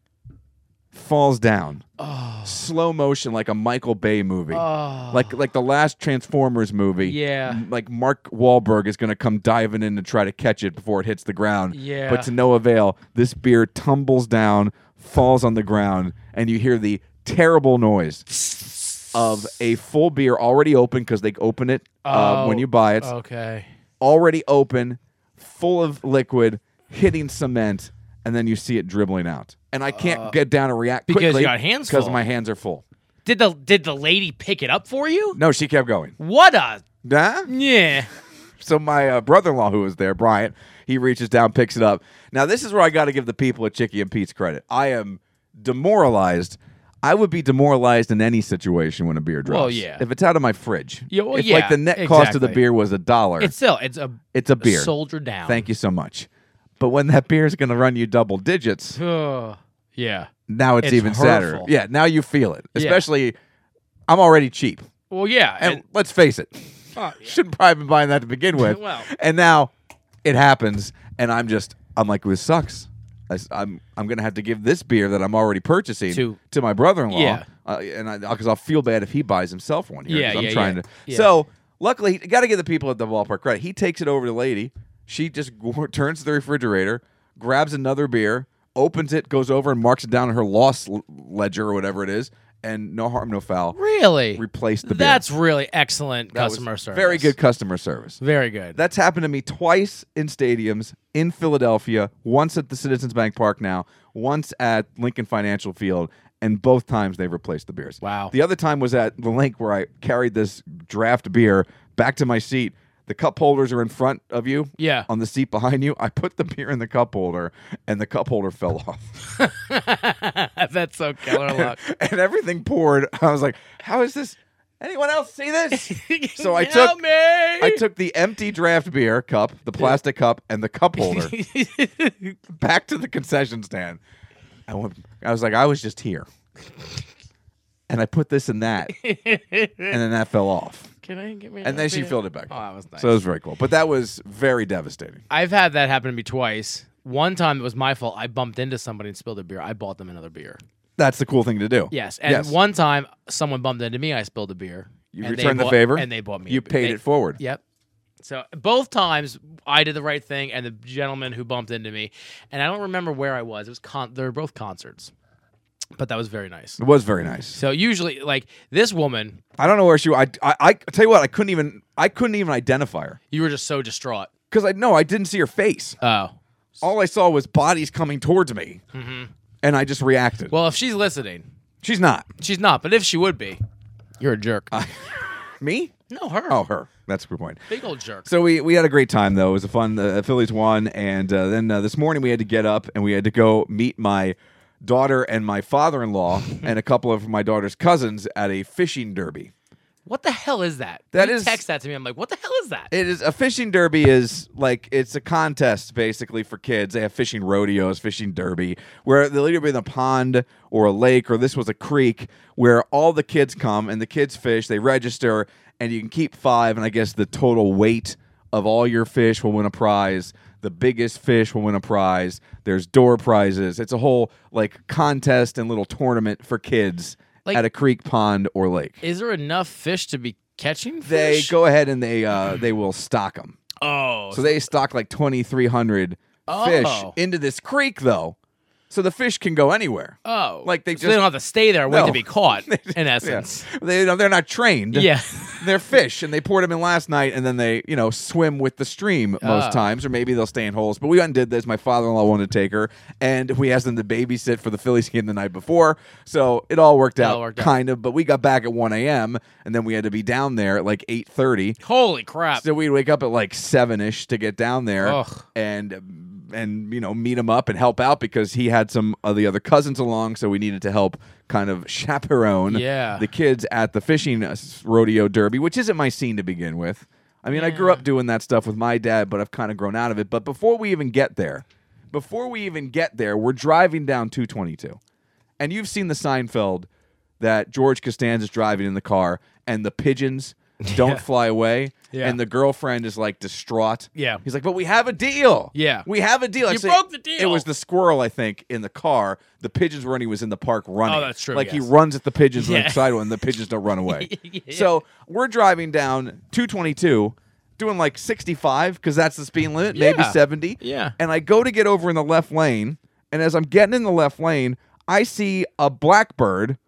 Speaker 1: falls down.
Speaker 2: Oh.
Speaker 1: Slow motion, like a Michael Bay movie, like like the last Transformers movie.
Speaker 2: Yeah.
Speaker 1: M- like Mark Wahlberg is gonna come diving in to try to catch it before it hits the ground.
Speaker 2: Yeah.
Speaker 1: but to no avail. This beer tumbles down, falls on the ground, and you hear the terrible noise of a full beer already open because they open it uh,
Speaker 2: Oh,
Speaker 1: when you buy it,
Speaker 2: okay.
Speaker 1: already open, full of liquid, hitting cement, and then you see it dribbling out. And I can't get down and react
Speaker 2: Uh, because you
Speaker 1: quickly
Speaker 2: got hands
Speaker 1: because
Speaker 2: full.
Speaker 1: my hands are full.
Speaker 2: Did the did the lady pick it up for you?
Speaker 1: No, she kept going.
Speaker 2: What a
Speaker 1: Nah?
Speaker 2: yeah.
Speaker 1: So my uh, brother-in-law who was there, Bryant, he reaches down, picks it up. Now this is where I got to give the people at Chicky and Pete's credit. I am demoralized. I would be demoralized in any situation when a beer drops.
Speaker 2: Well, yeah.
Speaker 1: If it's out of my fridge.
Speaker 2: Yeah, well,
Speaker 1: if
Speaker 2: yeah,
Speaker 1: like the net cost of the
Speaker 2: exactly.
Speaker 1: beer was a dollar,
Speaker 2: It's
Speaker 1: it's,
Speaker 2: still it's a
Speaker 1: a beer.
Speaker 2: soldier down.
Speaker 1: Thank you so much. But when that beer is going to run you double digits,
Speaker 2: Ugh. yeah.
Speaker 1: now it's,
Speaker 2: It's
Speaker 1: even sadder.
Speaker 2: hurtful.
Speaker 1: Yeah, now you feel it.
Speaker 2: Yeah.
Speaker 1: Especially, I'm already cheap.
Speaker 2: Well, yeah.
Speaker 1: And
Speaker 2: it-
Speaker 1: let's face it, (laughs)
Speaker 2: oh, yeah.
Speaker 1: shouldn't probably have been buying that to begin with.
Speaker 2: (laughs) Well-
Speaker 1: and now it happens, and I'm just I'm like, this sucks. I, am I'm gonna have to give this beer that I'm already purchasing to,
Speaker 2: To-
Speaker 1: my brother-in-law,
Speaker 2: Yeah.
Speaker 1: uh, and because I'll feel bad if he buys himself one here. 'cause
Speaker 2: Yeah,
Speaker 1: I'm
Speaker 2: yeah,
Speaker 1: trying
Speaker 2: yeah.
Speaker 1: to.
Speaker 2: Yeah.
Speaker 1: So luckily, you got to give the people at the ballpark credit. He takes it over to the lady. She just (laughs) turns to the refrigerator, grabs another beer, opens it, goes over and marks it down in her loss l- ledger or whatever it is, and no harm, no foul.
Speaker 2: really
Speaker 1: Replaced the beer.
Speaker 2: That's really excellent
Speaker 1: That was
Speaker 2: customer service.
Speaker 1: Very good customer service.
Speaker 2: Very good.
Speaker 1: That's happened to me twice in stadiums in Philadelphia, once at the Citizens Bank Park now, once at Lincoln Financial Field, and both times they replaced the beers.
Speaker 2: Wow.
Speaker 1: The other time was at the link where I carried this draft beer back to my seat. The cup holders are in front of you.
Speaker 2: Yeah.
Speaker 1: On the seat behind you. I put the beer in the cup holder and the cup holder fell (laughs) off.
Speaker 2: (laughs) That's so killer luck.
Speaker 1: and everything poured. I was like, how is this? Anyone else see this? (laughs) So I
Speaker 2: Help
Speaker 1: took-
Speaker 2: me.
Speaker 1: I took the empty draft beer cup, the plastic cup, and the cup
Speaker 2: (laughs)
Speaker 1: holder back to the concession stand. I went, I was like, I was just here, and I put this in that, and then that fell
Speaker 2: (laughs)
Speaker 1: off,
Speaker 2: Can I get me?
Speaker 1: and
Speaker 2: another
Speaker 1: then she
Speaker 2: beer?
Speaker 1: filled it back.
Speaker 2: Oh, that was nice.
Speaker 1: So it was very cool, but that was very devastating.
Speaker 2: I've had that happen to me twice. One time it was my fault. I bumped into somebody and spilled a beer. I bought them another beer.
Speaker 1: That's the cool thing to do.
Speaker 2: Yes, and
Speaker 1: yes.
Speaker 2: one time someone bumped into me. I spilled a beer.
Speaker 1: You
Speaker 2: and they
Speaker 1: returned the
Speaker 2: bought-
Speaker 1: favor,
Speaker 2: and they bought me.
Speaker 1: You
Speaker 2: a beer.
Speaker 1: paid
Speaker 2: They-
Speaker 1: it forward.
Speaker 2: Yep. So both times I did the right thing, and the gentleman who bumped into me, and I don't remember where I was. It was con- they were both concerts, but that was very nice.
Speaker 1: It was very nice.
Speaker 2: So usually, like this woman,
Speaker 1: I don't know where she. I, I I tell you what, I couldn't even. I couldn't even identify her
Speaker 2: you were just so distraught.
Speaker 1: because I no, I didn't see her face.
Speaker 2: Oh,
Speaker 1: all I saw was bodies coming towards me, and I just reacted.
Speaker 2: Mm-hmm. well, if she's listening,
Speaker 1: she's not
Speaker 2: she's not. But if she would be, you're a jerk.
Speaker 1: me.
Speaker 2: no, her.
Speaker 1: Oh, her. That's a good point.
Speaker 2: big old jerk.
Speaker 1: So we, we had a great time though. It uh, was a fun. The Phillies won, and uh, then uh, this morning we had to get up and we had to go meet my daughter and my
Speaker 2: (laughs)
Speaker 1: father-in-law and a couple of my daughter's cousins at a fishing derby.
Speaker 2: What the hell is that?
Speaker 1: That
Speaker 2: you
Speaker 1: is-
Speaker 2: text that to me. I'm like, what the hell is that?
Speaker 1: It is a fishing derby is like it's a contest basically for kids. They have fishing rodeos, fishing derby, where they'll either be in a pond or a lake, or this was a creek where all the kids come and the kids fish, they register, and you can keep five, and I guess the total weight of all your fish will win a prize. The biggest fish will win a prize. There's door prizes. It's a whole like contest and little tournament for kids
Speaker 2: Like-
Speaker 1: at a creek, pond, or lake.
Speaker 2: Is there enough fish to be catching
Speaker 1: they
Speaker 2: fish?
Speaker 1: go ahead and they uh, they will stock them.
Speaker 2: Oh,
Speaker 1: So they stock like 2,300
Speaker 2: Oh.
Speaker 1: fish into this creek, though. So the fish can go anywhere.
Speaker 2: oh,
Speaker 1: like they
Speaker 2: so they
Speaker 1: just-
Speaker 2: don't have to stay there and wait
Speaker 1: No.
Speaker 2: to
Speaker 1: (laughs)
Speaker 2: be caught. in
Speaker 1: Yeah.
Speaker 2: essence,
Speaker 1: They, they're not trained.
Speaker 2: yeah.
Speaker 1: (laughs) They're fish, and they poured them in last night, and then they, you know, swim with the stream
Speaker 2: Ah.
Speaker 1: most times, or maybe they'll stay in holes. But we undid this. My father in law wanted to take her, and we asked them to babysit for the Phillies game the night before. So it all worked out,
Speaker 2: all worked out.
Speaker 1: kind of. But we got back at 1 a.m., and then we had to be down there at like 8.30.
Speaker 2: Holy crap!
Speaker 1: So we'd wake up at like seven ish to get down there
Speaker 2: Ugh.
Speaker 1: and and you know meet him up and help out because he had some of the other cousins along, so we needed to help kind of chaperone
Speaker 2: Yeah.
Speaker 1: the kids at the fishing uh, s- rodeo derby, which isn't my scene to begin with. I mean, I grew up doing that stuff with my dad, but I've kind of grown out of it. But before we even get there, before we even get there, we're driving down 222 and you've seen the Seinfeld that George Costanza's driving in the car and the
Speaker 2: (laughs)
Speaker 1: pigeons don't fly away
Speaker 2: Yeah.
Speaker 1: and the girlfriend is like distraught.
Speaker 2: Yeah.
Speaker 1: He's like, "But we have a deal."
Speaker 2: Yeah.
Speaker 1: We have a deal.
Speaker 2: You
Speaker 1: Actually,
Speaker 2: broke the deal.
Speaker 1: It was the squirrel I think in the car. The pigeons were when he was in the park running.
Speaker 2: Oh, that's true,
Speaker 1: Like he
Speaker 2: yes.
Speaker 1: runs at the pigeons on
Speaker 2: (laughs) Yeah.
Speaker 1: the sidewalk and the pigeons don't run away.
Speaker 2: (laughs)
Speaker 1: So, we're driving down 222 doing like 65 because that's the speed limit, maybe
Speaker 2: Yeah.
Speaker 1: 70
Speaker 2: Yeah.
Speaker 1: and I go to get over in the left lane, and as I'm getting in the left lane, I see a blackbird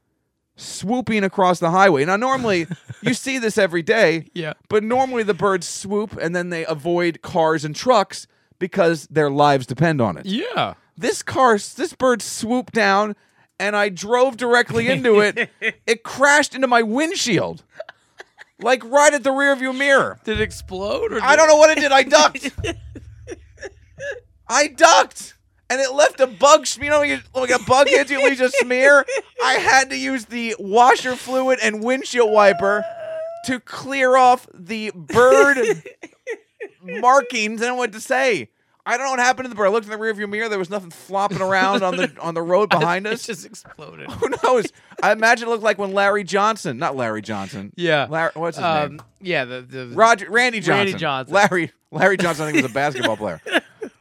Speaker 1: swooping across the highway. Now,
Speaker 2: (laughs)
Speaker 1: normally you see this every day,
Speaker 2: Yeah.
Speaker 1: But normally the birds swoop and then they avoid cars and trucks because their lives depend on it.
Speaker 2: yeah.
Speaker 1: This car, this bird swooped down, and I drove directly into
Speaker 2: (laughs)
Speaker 1: it. it crashed into my windshield, like right at the rearview mirror.
Speaker 2: Did it explode or?
Speaker 1: I don't know what it did. I ducked.
Speaker 2: (laughs)
Speaker 1: I ducked. And it left a bug, sm- you know, when you- like a bug hits you, it leaves a smear. I had to use the washer fluid and windshield wiper to clear off the
Speaker 2: (laughs)
Speaker 1: bird markings. I don't know what to say. I don't know what happened to the bird. I looked in the rearview mirror. There was nothing flopping around on the
Speaker 2: (laughs)
Speaker 1: on the road behind
Speaker 2: It
Speaker 1: us. (laughs)
Speaker 2: just exploded.
Speaker 1: Who knows? I imagine it looked like when Larry Johnson, not Larry Johnson.
Speaker 2: Yeah.
Speaker 1: Larry, what's his name?
Speaker 2: Um, yeah. The, the
Speaker 1: Roger Randy Johnson.
Speaker 2: Randy Johnson.
Speaker 1: Larry Larry Johnson I think was
Speaker 2: (laughs)
Speaker 1: a basketball player.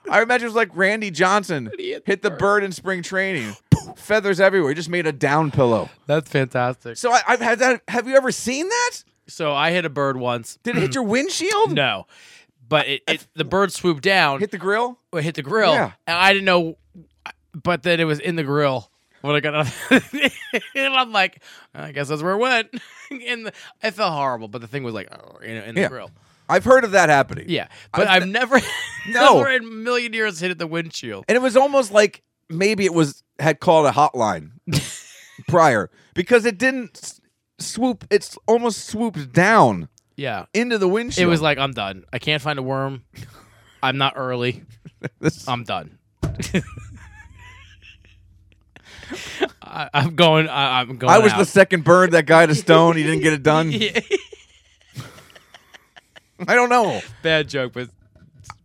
Speaker 1: I imagine it was like Randy Johnson hit, the bird. in spring
Speaker 2: (gasps)
Speaker 1: training. Feathers everywhere. He just made a down pillow.
Speaker 2: That's fantastic.
Speaker 1: So I, I've had that. Have you ever seen that?
Speaker 2: So I hit a bird once.
Speaker 1: Did it
Speaker 2: (clears throat)
Speaker 1: hit your windshield?
Speaker 2: No, but it, it the bird swooped down,
Speaker 1: Hit the grill?
Speaker 2: it hit the grill,
Speaker 1: Yeah.
Speaker 2: and I didn't know. But then it was in the grill when I got out, (laughs) and I'm like, I guess that's where it went. (laughs) and the, I felt horrible, but the thing was like, oh, you know, in the
Speaker 1: Yeah.
Speaker 2: grill.
Speaker 1: I've heard of that happening.
Speaker 2: Yeah, but I've, never, (laughs)
Speaker 1: No.
Speaker 2: never in a million years hit at the windshield.
Speaker 1: And it was almost like maybe it was had called a
Speaker 2: (laughs)
Speaker 1: hotline prior because it didn't s- swoop. It's almost swooped down
Speaker 2: Yeah,
Speaker 1: into the windshield.
Speaker 2: it was like I'm done. I can't find a worm. I'm not early.
Speaker 1: (laughs) This-
Speaker 2: I'm done. (laughs) I, I'm going. I, I'm going.
Speaker 1: I was
Speaker 2: out.
Speaker 1: the second bird that guy to stone. He didn't get
Speaker 2: (laughs)
Speaker 1: it done. I don't know.
Speaker 2: Bad joke, but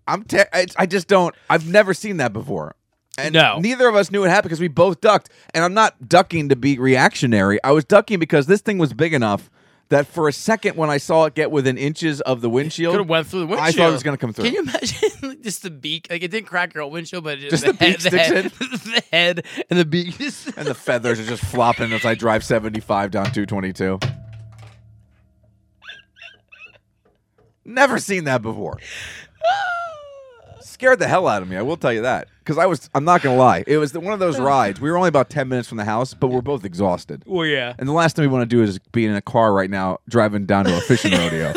Speaker 1: I'm te- I, I just don't. I've never seen that before. And
Speaker 2: No.
Speaker 1: neither of us knew it happened because we both ducked. And I'm not ducking to be reactionary. I was ducking because this thing was big enough that for a second when I saw it get within inches of the windshield,
Speaker 2: could have went through the
Speaker 1: Oh, I
Speaker 2: windshield.
Speaker 1: thought it was going to come through.
Speaker 2: Can you imagine (laughs) like, just the beak? Like it didn't crack your old windshield, but it-
Speaker 1: Just the
Speaker 2: head, (laughs)
Speaker 1: beak sticks
Speaker 2: head, the head and the beak. (laughs) Just,
Speaker 1: and the feathers are just flopping as I drive 75 down 222. Never seen that before. Scared the hell out of me, I will tell you that. Because I was, I'm not going to lie. It was the, one of those rides. We were only about 10 minutes from the house, but we're both exhausted.
Speaker 2: well, yeah.
Speaker 1: And the last thing we want to do is be in a car right now driving down to a fishing rodeo.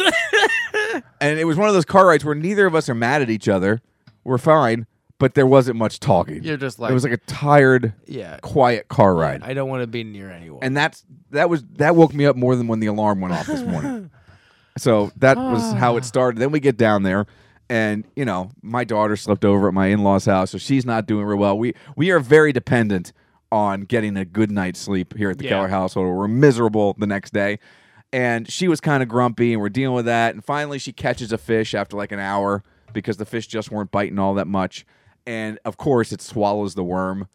Speaker 1: And it was one of those car rides where neither of us are mad at each other. We're fine, but there wasn't much talking.
Speaker 2: You're just like-
Speaker 1: it was like a tired,
Speaker 2: Yeah.
Speaker 1: quiet car ride.
Speaker 2: I don't want to be near anyone.
Speaker 1: and that's that was that woke me up more than when the alarm went off this
Speaker 2: (laughs)
Speaker 1: morning. so that
Speaker 2: Ah.
Speaker 1: was how it started. Then we get down there. And you know, my daughter slept over at my in-laws' house, so she's not doing real well. We we are very dependent on getting a good night's sleep here at the
Speaker 2: Yeah.
Speaker 1: Keller household. We're miserable the next day. And she was kind of grumpy, and we're dealing with that. And finally, she catches a fish after like an hour because the fish just weren't biting all that much. And of course, it swallows the worm.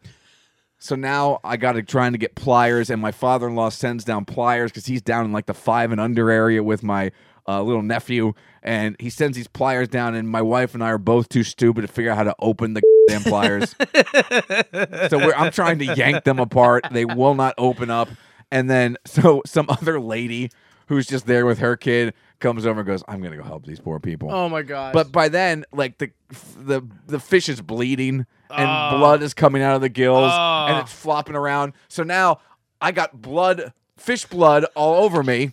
Speaker 1: So now I got to trying to get pliers, and my father in law sends down pliers because he's down in like the five and under area with my uh, little nephew, and he sends these pliers down, and my wife and I are both too stupid to figure out how to open the (laughs) damn pliers. so we're, I'm trying to yank them apart; they will not open up. And then (laughs) so some other lady who's just there with her kid comes over and goes, "I'm gonna go help these poor people."
Speaker 2: Oh my god.
Speaker 1: But by then, like the the the fish is bleeding and
Speaker 2: Ah.
Speaker 1: blood is coming out of the gills and
Speaker 2: Oh.
Speaker 1: it's flopping around. So now I got blood, fish blood all over me.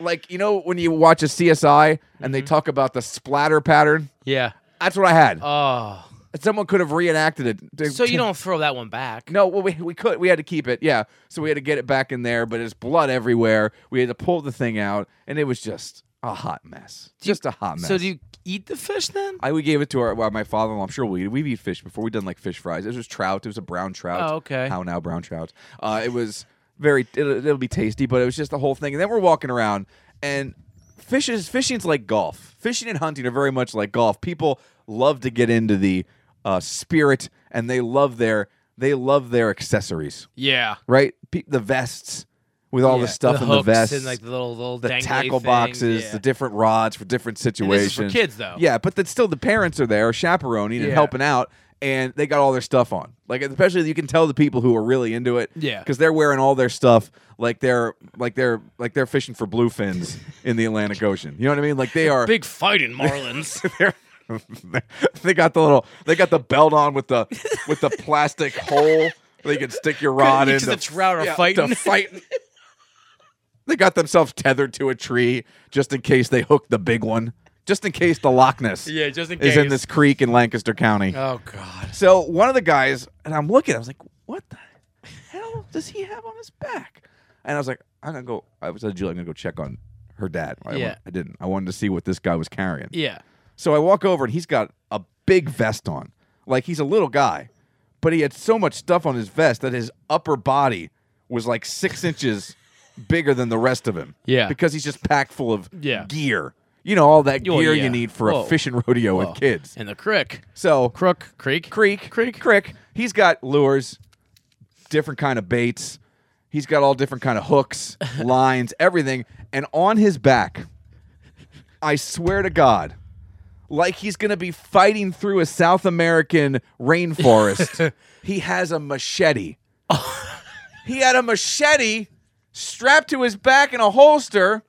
Speaker 1: Like you know when you watch a CSI and
Speaker 2: Mm-hmm.
Speaker 1: they talk about the splatter pattern,
Speaker 2: yeah.
Speaker 1: that's what I had.
Speaker 2: Oh.
Speaker 1: Someone could have reenacted it. to-
Speaker 2: So
Speaker 1: to-
Speaker 2: you don't throw that one back.
Speaker 1: no, well, we, we could. We had to keep it. Yeah. So we had to get it back in there, but it's blood everywhere. We had to pull the thing out, and it was just a hot mess. Just a hot mess.
Speaker 2: So do you eat the fish then?
Speaker 1: I we gave it to our well, my father in law. I'm sure we we've eaten fish before. We done like fish fries. This was trout. It was a brown trout.
Speaker 2: Oh, okay.
Speaker 1: How now brown trout? Uh, it was very. It'll, it'll be tasty, but it was just the whole thing. And then we're walking around, and fishes fishing's like golf. Fishing and hunting are very much like golf. People love to get into the uh, spirit, and they love their they love their accessories,
Speaker 2: Yeah.
Speaker 1: right? Pe- the vests with all the stuff in the
Speaker 2: hooks
Speaker 1: vests
Speaker 2: and like the little little
Speaker 1: the
Speaker 2: dangly
Speaker 1: tackle
Speaker 2: things.
Speaker 1: boxes,
Speaker 2: Yeah.
Speaker 1: the different rods for different
Speaker 2: And this
Speaker 1: situations.
Speaker 2: is for kids though.
Speaker 1: Yeah, but then still the parents are there chaperoning and
Speaker 2: Yeah.
Speaker 1: helping out, and they got all their stuff on. Like especially you can tell the people who are really into it.
Speaker 2: Yeah.
Speaker 1: because they're wearing all their stuff like they're like they're like they're fishing for bluefins in the Atlantic Ocean. You know what I mean? Like they are.
Speaker 2: (laughs) Big fighting
Speaker 1: (laughs)
Speaker 2: marlins.
Speaker 1: they're- (laughs) they got the little. They got the belt on with the with the plastic hole. They can stick your rod
Speaker 2: (laughs)
Speaker 1: in.
Speaker 2: Because the trout are
Speaker 1: yeah,
Speaker 2: fighting.
Speaker 1: to fight. They got themselves tethered to a tree just in case they hook the big one. Just in case the Loch Ness
Speaker 2: Yeah, just in
Speaker 1: is in
Speaker 2: case.
Speaker 1: this creek in Lancaster County.
Speaker 2: (laughs) oh god.
Speaker 1: So one of the guys, and I'm looking, I was like, what the hell does he have on his back? And I was like, I'm gonna go. I was telling Julie, I'm gonna go check on her dad. I,
Speaker 2: Yeah.
Speaker 1: went- I didn't. I wanted to see what this guy was carrying.
Speaker 2: Yeah.
Speaker 1: So I walk over and he's got a big vest on. Like he's a little guy, but he had so much stuff on his vest that his upper body was like six inches bigger than the rest of him.
Speaker 2: Yeah.
Speaker 1: Because he's just packed full of
Speaker 2: Yeah.
Speaker 1: gear. You know, all that
Speaker 2: Oh,
Speaker 1: gear
Speaker 2: yeah.
Speaker 1: you need for
Speaker 2: Whoa.
Speaker 1: a fishing rodeo
Speaker 2: Oh.
Speaker 1: with kids.
Speaker 2: And the crick.
Speaker 1: So
Speaker 2: Crook. Creek.
Speaker 1: creek, creek, creek. He's got lures, different kind of baits. He's got all different kind of (laughs) hooks, lines, everything. And on his back, I swear to God, like he's gonna be fighting through a South American (laughs) rainforest. he has a (laughs) machete. he had a machete strapped to his back in a holster,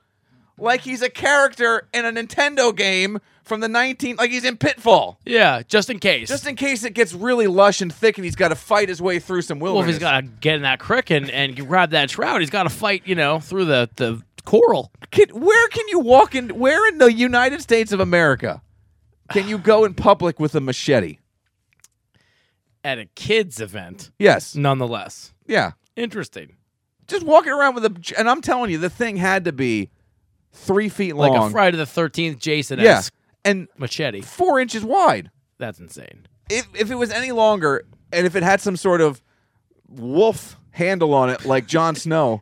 Speaker 1: like he's a character in a Nintendo game from the 19 like he's in Pitfall.
Speaker 2: Yeah, just in case.
Speaker 1: Just in case it gets really lush and thick and he's got to fight his way through some
Speaker 2: well, if
Speaker 1: wilderness.
Speaker 2: he's got to get in that crick and, and grab that trout, he's got to fight, you know, through the, the coral.
Speaker 1: Can- where can you walk in? Where in the United States of America can you go in public with a machete?
Speaker 2: At a kids' event,
Speaker 1: Yes.
Speaker 2: Mm. nonetheless.
Speaker 1: Yeah.
Speaker 2: Interesting.
Speaker 1: Just walking around with a. And I'm telling you, the thing had to be three feet
Speaker 2: Like
Speaker 1: long.
Speaker 2: a Friday the 13th Jason
Speaker 1: yeah.
Speaker 2: esque
Speaker 1: And
Speaker 2: machete.
Speaker 1: four inches wide.
Speaker 2: That's insane.
Speaker 1: If, if it was any longer and if it had some sort of wolf handle on it, like Jon Snow,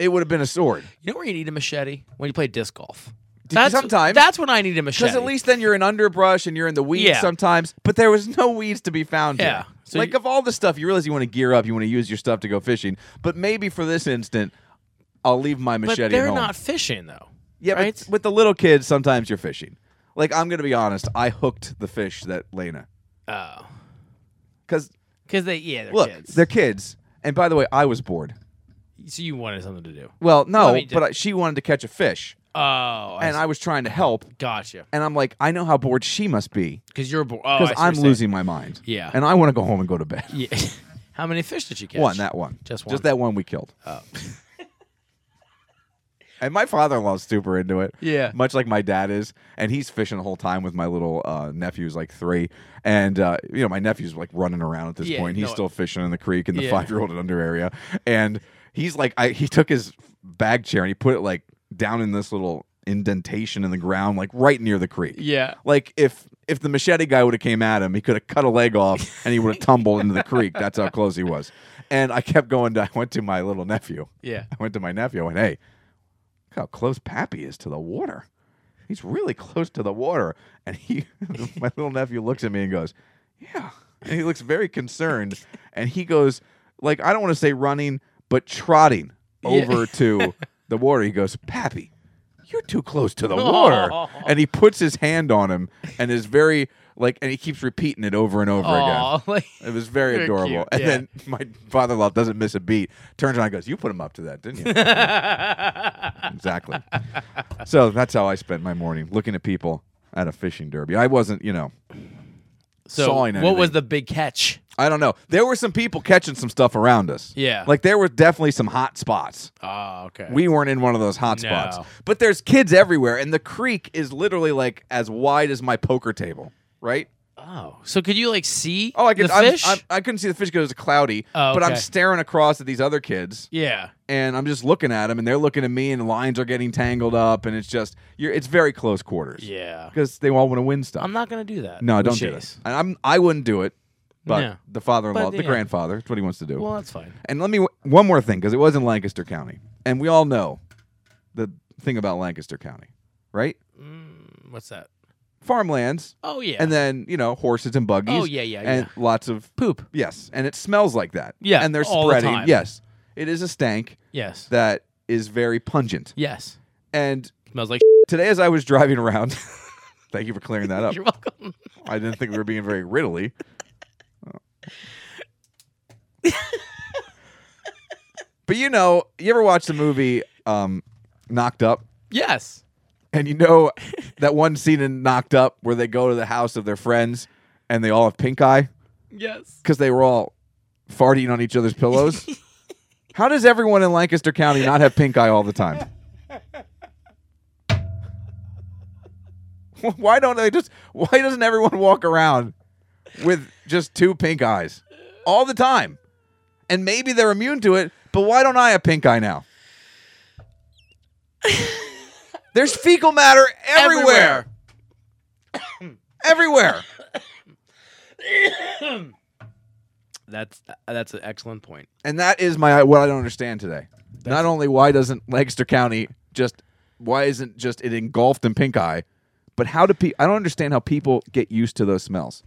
Speaker 1: it would have been a sword.
Speaker 2: You know where you need a machete? When you play disc golf.
Speaker 1: you sometimes?
Speaker 2: That's when I need a machete.
Speaker 1: Because at least then you're in underbrush and you're in the weeds
Speaker 2: Yeah.
Speaker 1: sometimes. But there was no weeds to be found. here.
Speaker 2: Yeah. So
Speaker 1: like
Speaker 2: you-
Speaker 1: of all the stuff, you realize you want to gear up, you want to use your stuff to go fishing. But maybe for this instant, I'll leave my
Speaker 2: But
Speaker 1: machete. at
Speaker 2: they're
Speaker 1: home.
Speaker 2: not fishing, though.
Speaker 1: Yeah,
Speaker 2: right?
Speaker 1: but with the little kids, sometimes you're fishing. Like I'm gonna be honest, I hooked the fish that Lena.
Speaker 2: Oh.
Speaker 1: Because
Speaker 2: Because they, yeah, they're
Speaker 1: look,
Speaker 2: kids.
Speaker 1: they're kids. And by the way, I was bored.
Speaker 2: so you wanted something to do.
Speaker 1: Well, no,
Speaker 2: I mean,
Speaker 1: but I, she wanted to catch a fish,
Speaker 2: Oh, I
Speaker 1: and I was trying to help.
Speaker 2: gotcha.
Speaker 1: And I'm like, I know how bored she must be
Speaker 2: Because you're bored. Oh, I
Speaker 1: because
Speaker 2: see what
Speaker 1: I'm
Speaker 2: you're saying.
Speaker 1: losing my mind.
Speaker 2: Yeah.
Speaker 1: and I want to go home and go to bed.
Speaker 2: Yeah. (laughs) How many fish did you catch?
Speaker 1: One, that one.
Speaker 2: Just one.
Speaker 1: Just that one we killed. Oh. (laughs) and my father in law's super into it.
Speaker 2: Yeah.
Speaker 1: Much like my dad is. And he's fishing the whole time with my little uh, nephew's like three. And, uh, you know, my nephew's like running around at this
Speaker 2: Yeah,
Speaker 1: point.
Speaker 2: you
Speaker 1: He's
Speaker 2: know
Speaker 1: still fishing in the creek in the
Speaker 2: Yeah.
Speaker 1: five year old and under area. And he's like, I, he took his bag chair and he put it like down in this little indentation in the ground, like right near the creek.
Speaker 2: Yeah.
Speaker 1: Like if if the machete guy would have came at him, he could have cut a leg off
Speaker 2: (laughs)
Speaker 1: and he would have tumbled into the creek. That's how close he was. And I kept going. To, I went to my little nephew.
Speaker 2: Yeah.
Speaker 1: I went to my nephew. I went, hey, look how close Pappy is to the water. He's really close to the water. And he, (laughs) my little nephew looks at me and goes, yeah. And he looks very
Speaker 2: (laughs)
Speaker 1: concerned. And he goes, like, I don't want to say running, but trotting over
Speaker 2: (laughs)
Speaker 1: to the water. He goes, Pappy, you're too close
Speaker 2: (laughs)
Speaker 1: to the water. And he puts his hand on him and is very, like, and he keeps repeating it over and over again.
Speaker 2: Aw, (laughs) like
Speaker 1: It was very
Speaker 2: Very
Speaker 1: adorable.
Speaker 2: cute,
Speaker 1: and
Speaker 2: yeah.
Speaker 1: then my father in law doesn't miss a beat, turns around and goes, You put him up to that,
Speaker 2: (laughs)
Speaker 1: didn't you? exactly. So that's how I spent my morning looking at people at a fishing derby. I wasn't, you know,
Speaker 2: so.
Speaker 1: sawing
Speaker 2: what was
Speaker 1: anything.
Speaker 2: the big catch?
Speaker 1: I don't know. There were some people catching some stuff around us.
Speaker 2: Yeah.
Speaker 1: Like there were definitely some hot spots.
Speaker 2: Oh, okay.
Speaker 1: We weren't in one of those hot
Speaker 2: No.
Speaker 1: spots. But there's kids everywhere, and the creek is literally like as wide as my poker table, right?
Speaker 2: oh, so could you like see?
Speaker 1: Oh, I could.
Speaker 2: the
Speaker 1: I'm-
Speaker 2: fish.
Speaker 1: I'm- I couldn't see the fish because it was cloudy.
Speaker 2: Oh,
Speaker 1: But I'm
Speaker 2: okay.
Speaker 1: staring across at these other kids,
Speaker 2: yeah.
Speaker 1: and I'm just looking at them, and they're looking at me, and lines are getting tangled up, and it's just you're. It's very close quarters.
Speaker 2: Yeah.
Speaker 1: Because they all want to win stuff.
Speaker 2: I'm not gonna do that.
Speaker 1: No,
Speaker 2: with
Speaker 1: don't do
Speaker 2: Chase.
Speaker 1: this. And I'm. I wouldn't do it. But
Speaker 2: No.
Speaker 1: the father-in-law,
Speaker 2: But,
Speaker 1: the
Speaker 2: yeah.
Speaker 1: grandfather, it's what he wants to do.
Speaker 2: Well, that's fine.
Speaker 1: And let me one more thing because it was in Lancaster County, and we all know the thing about Lancaster County, right?
Speaker 2: What's that?
Speaker 1: Farmlands,
Speaker 2: Oh yeah.
Speaker 1: and then you know horses and buggies.
Speaker 2: Oh, yeah, yeah,
Speaker 1: and lots of
Speaker 2: poop.
Speaker 1: yes, and it smells like that.
Speaker 2: Yeah,
Speaker 1: and they're
Speaker 2: all the
Speaker 1: spreading.
Speaker 2: time.
Speaker 1: Yes, it is a stank
Speaker 2: Yes.
Speaker 1: that is very pungent.
Speaker 2: yes.
Speaker 1: And
Speaker 2: Smells like. (laughs)
Speaker 1: today, as I was driving around, (laughs) thank you for clearing that up.
Speaker 2: (laughs) You're welcome.
Speaker 1: I didn't think we were being very riddly. but you know, you ever watch the movie um, Knocked Up?
Speaker 2: Yes.
Speaker 1: And you know that one scene in Knocked Up where they go to the house of their friends and they all have pink eye
Speaker 2: Yes.
Speaker 1: because they were all farting on each other's pillows? How does everyone in Lancaster County not have pink eye all the time? (laughs) Why don't they just why doesn't everyone walk around with just two pink eyes all the time? And maybe they're immune to it, but why don't I have pink eye now? There's fecal matter everywhere. Everywhere.
Speaker 2: That's that's an excellent point.
Speaker 1: And that is my what I don't understand today. Not only why doesn't Lancaster County just why isn't just it engulfed in pink eye, but how do people I don't understand how people get used to those smells.